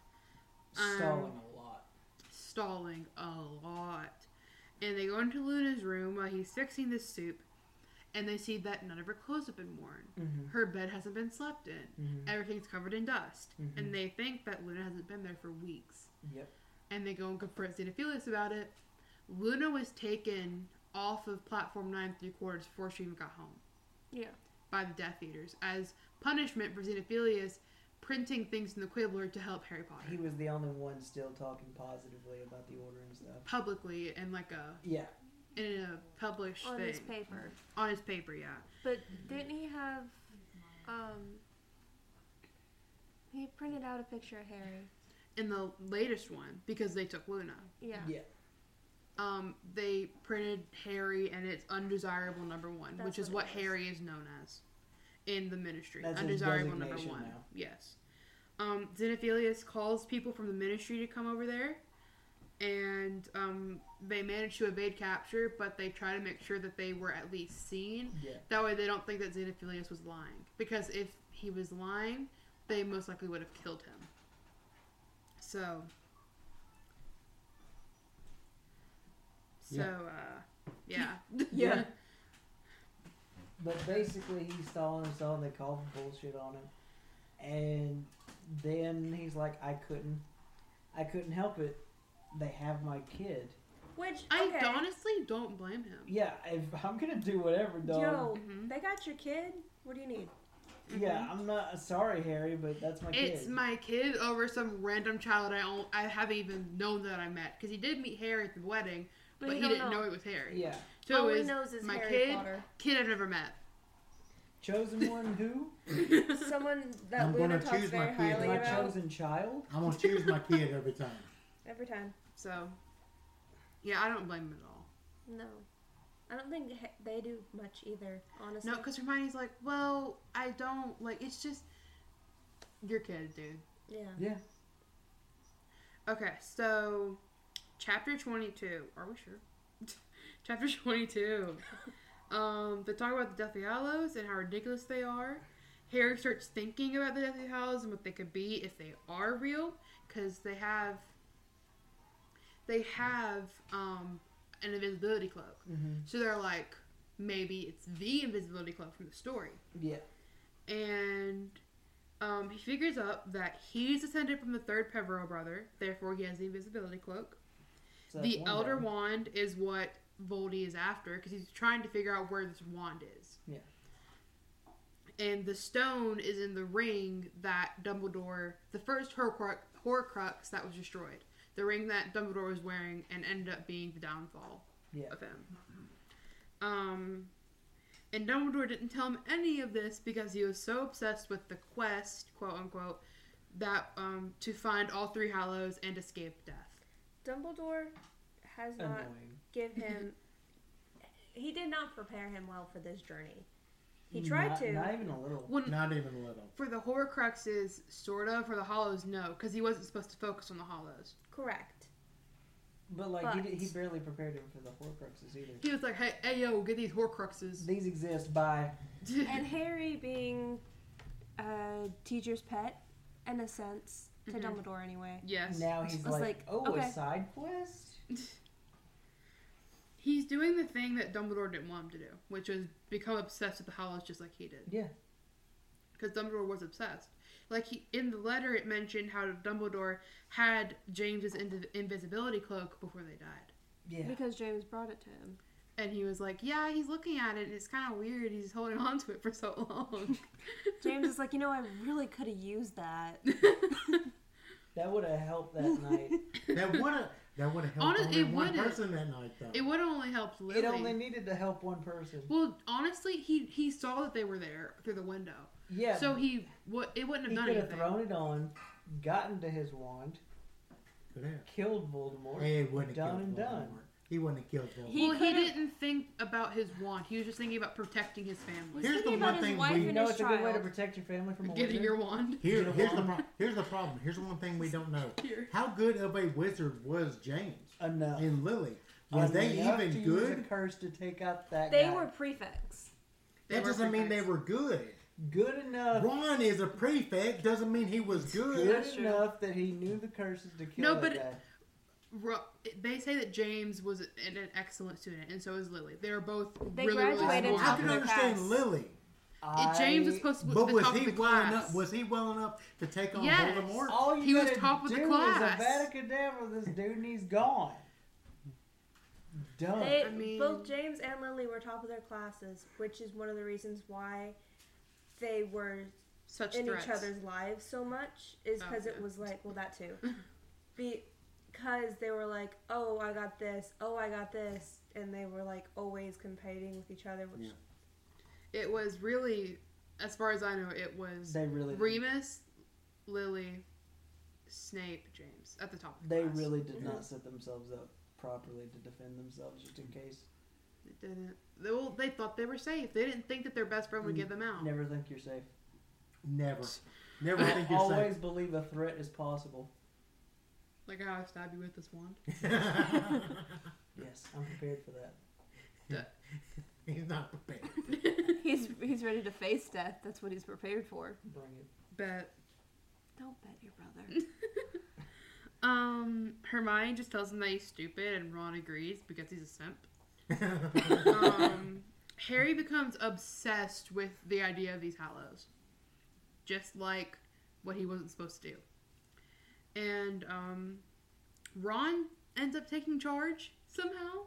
Um,
Stalling a lot.
Stalling a lot, and they go into Luna's room while he's fixing the soup, and they see that none of her clothes have been worn.
Mm-hmm.
Her bed hasn't been slept in.
Mm-hmm.
Everything's covered in dust,
Mhm.
and they think that Luna hasn't been there for weeks
Yep.
and they go and confront Xenophilius about it. Luna was taken off of platform nine three quarters before she even got home.
Yeah.
By the Death Eaters as punishment for Xenophilius printing things in the Quibbler to help Harry Potter
He was the only one still talking positively about the order and stuff.
publicly and like a
Yeah.
in a published
on
thing
this paper.
on his paper. Yeah,
But didn't he have um he printed out a picture of Harry.
in the latest one because they took Luna.
Yeah.
Yeah.
um, they printed Harry and it's undesirable number one,
That's
which is what
what it is.
Harry is known as in the ministry.
That's his
undesirable number
designation
one.
now.
Yes. Um, Xenophilius calls people from the ministry to come over there, and um, they manage to evade capture, but they try to make sure that they were at least seen.
Yeah.
That way, they don't think that Xenophilius was lying. Because if he was lying, they most likely would have killed him. So. So,
Yeah.
uh, yeah.
Yeah. But basically, he's stalling and stalling. They call for bullshit on him, and then he's like, "I couldn't, I couldn't help it. They have my kid.
Which
I
okay.
honestly don't blame him.
Yeah, if I'm gonna do whatever, dog.
Yo,
Mhm.
they got your kid. What do you need?
Yeah, I'm not sorry, Harry, but that's my
mm-hmm. It's
kid.
my kid over some random child I don't, I haven't even known that I met because he did meet Harry at the wedding, but, he didn't know. it was Harry.
yeah,
So
All
it
he
was
knows is
my
Harry
kid,
Potter.
kid I've never met.
chosen one who?
Someone that
I'm
Luna
gonna
talks
choose my
very
kid.
highly
my
about
chosen child.
I'm gonna choose my kid every time.
every time.
So, yeah, I don't blame him at all.
No, I don't think he- they do much either. Honestly,
No, because Hermione's like, well, I don't like. It's just your kid, dude.
yeah.
Yeah,
Okay, so chapter twenty-two. Are we sure? chapter twenty-two. um, they talk about the Deathly Hallows and how ridiculous they are. Harry starts thinking about the Deathly Hallows and what they could be if they are real, because they have they have um, an invisibility cloak.
mm-hmm.
So they're like, maybe it's the invisibility cloak from the story.
yeah.
and um, he figures out that he's descended from the third Peverell brother, therefore he has the invisibility cloak.
So that's
the Elder
guy.
Wand is what Voldy is after because he's trying to figure out where this wand is.
Yeah.
And the stone is in the ring that Dumbledore, the first Horcrux, Horcrux that was destroyed, the ring that Dumbledore was wearing, and ended up being the downfall
Yeah.
of him. Um, and Dumbledore didn't tell him any of this because he was so obsessed with the quest, quote unquote, that um, to find all three Hallows and escape death.
Dumbledore has not
Annoying.
give him. he did not prepare him well for this journey. He tried
Not-
to.
Not even a little.
When
Not even a little.
for the Horcruxes, sort of. For the Hollows, no, because he wasn't supposed to focus on the Hollows.
Correct.
But like he,
But-
did, he barely prepared him for the Horcruxes either.
He was like, "Hey, hey, yo, get these Horcruxes."
These exist by
yeah,
And Harry being a teacher's pet, in a sense, to
Mhm.
Dumbledore anyway.
yes.
now. He's
I was
like,
like,
oh,
okay.
a side quest.
He's doing the thing that Dumbledore didn't want him to do, which was become obsessed with the Hollows, just like he did.
Yeah,
because Dumbledore was obsessed. Like he, in the letter, it mentioned how Dumbledore had James's in- invisibility cloak before they died,
yeah.
Because James brought it to him.
and he was like, "Yeah, he's looking at it, and it's kind of weird. He's holding on to it for so long."
James is like, you know, I really could have used that.
That would have helped that night.
That would have that would have helped
Honest-
only
it
one
would've.
person that night though.
it would only help Lily.
it only needed to help one person.
well, honestly, he he saw that they were there through the window,
Yeah.
so he what it wouldn't have
he
done
could have
anything.
thrown it on, gotten to his wand,
Could have.
killed Voldemort.
Hey, it wouldn't have
Done
killed
and done.
Voldemort. He wouldn't have killed Voldemort.
He
well, he
could've-
didn't think about his wand. He was just thinking about protecting his family.
Here's the
thinking
one
about his
thing
wife
we
and
you know
his
it's a good way to
child.
protect your family from a
Getting
wizard?
your wand.
Here,
Get a
here's the
wand.
pro- here's the problem. Here's the one thing we don't know.
Here.
How good of a wizard was James
enough.
and Lily? Were they
Enough to
even
use a
good?
curse to take out that.
They
guy.
were prefects.
They
That
were
doesn't mean they
protects.
were good.
good enough.
Ron is a prefect. Doesn't mean he was
Uh, Good
good.
That's true.
enough that he knew the curses to kill
No,
that
but-
guy.
Ro- they say that James was an, an excellent student, and so was Lily. They were both
They
really,
graduated
really smart.
I
top
can
of their
understand
class.
Lily,
It- James was
I-
supposed to be
but
the
was
top of
he
the
well
class.
enough? Was he well enough to take on
Yes.
Voldemort?
All you
He was
gotta
top of the
do
class.
Is a cadaver this dude and he's gone.
Oh.
Done.
They
I mean-
both James and Lily were top of their classes, which is one of the reasons why they were
Such
in
threats.
each other's lives so much is
Oh,
because it
yeah.
was like, well, that too, because they were like, oh, I got this, oh, I got this, and they were like always competing with each other, which
Yeah.
It was really, as far as I know, it was
they really did-
Remus, Lily, Snape, James at the top of the
they
class.
really did not set themselves up properly to defend themselves just in case.
It didn't. They, well, they thought they were safe. They didn't think that their best friend would give them out.
Mm, Never think you're safe.
Never. Never think you're
Always
safe.
believe a threat is possible.
Like how I stab you with this wand.
Yes, I'm prepared for that.
He's not prepared.
he's he's ready to face death. That's what he's prepared for.
Bring it.
But
Don't bet your brother.
um, Hermione just tells him that he's stupid, and Ron agrees because he's a simp. um, Harry becomes obsessed with the idea of these Hallows, just like what he wasn't supposed to do. And um, Ron ends up taking charge somehow.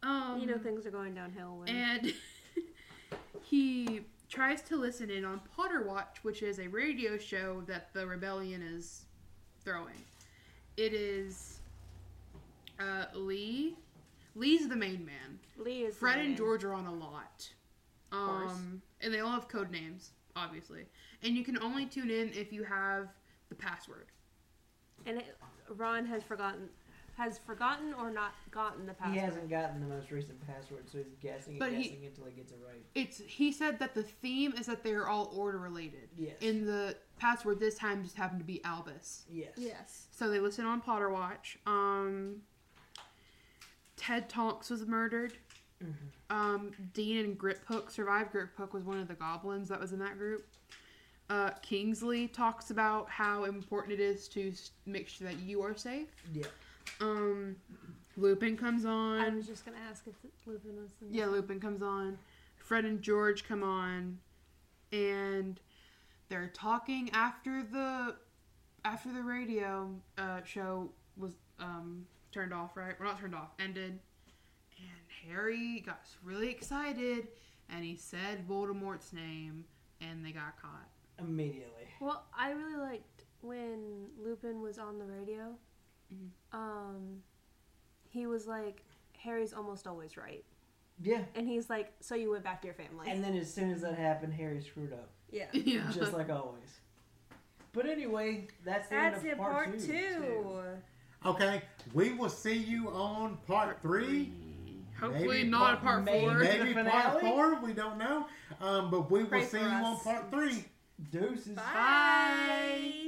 Um,
you know things are going downhill when
and he tries to listen in on Potter Watch, which is a radio show that the rebellion is throwing. It is uh, Lee. Lee's the main man.
Lee is the
Fred
man.
and George are on a lot.
course.
Um, and they all have code names, obviously. And you can only tune in if you have the password.
and it, Ron has forgotten has forgotten or not gotten the
He
password.
hasn't gotten the most recent password, so he's guessing and
But he-
guessing until he gets it right.
It's he said that the theme is that they are all order related.
Yes.
And the password this time just happened to be Albus.
Yes.
Yes.
So they listen on Potter Watch. Um, Ted Tonks was murdered. Um, Dean and Grip Hook survived. Grip Hook was one of the goblins that was in that group. Uh, Kingsley talks about how important it is to s- make sure that you are safe.
Yeah.
Um, Lupin comes on.
I was just gonna ask if Lupin was in
Yeah, Lupin comes on. Fred and George come on, and they're talking after the after the radio uh, show was um, turned off. Right? Well, not turned off. Ended. And Harry got really excited, and he said Voldemort's name, and they got caught.
Immediately.
Well, I really liked when Lupin was on the radio.
Mhm.
Um, he was like, "Harry's almost always right,"
Yeah.
and he's like, "So you went back to your family?"
And then as soon as that happened, Harry screwed up.
yeah.
yeah.
just like always. But anyway, that's the
That's
end
it,
of part, two.
two.
okay, we will see you on part three.
Hopefully
Maybe
not a
part-
part four.
Maybe.
Maybe
the finale?
part four. We don't know. Um, but we
Pray
will see
for
you on
us.
part three.
Deuces.
Bye.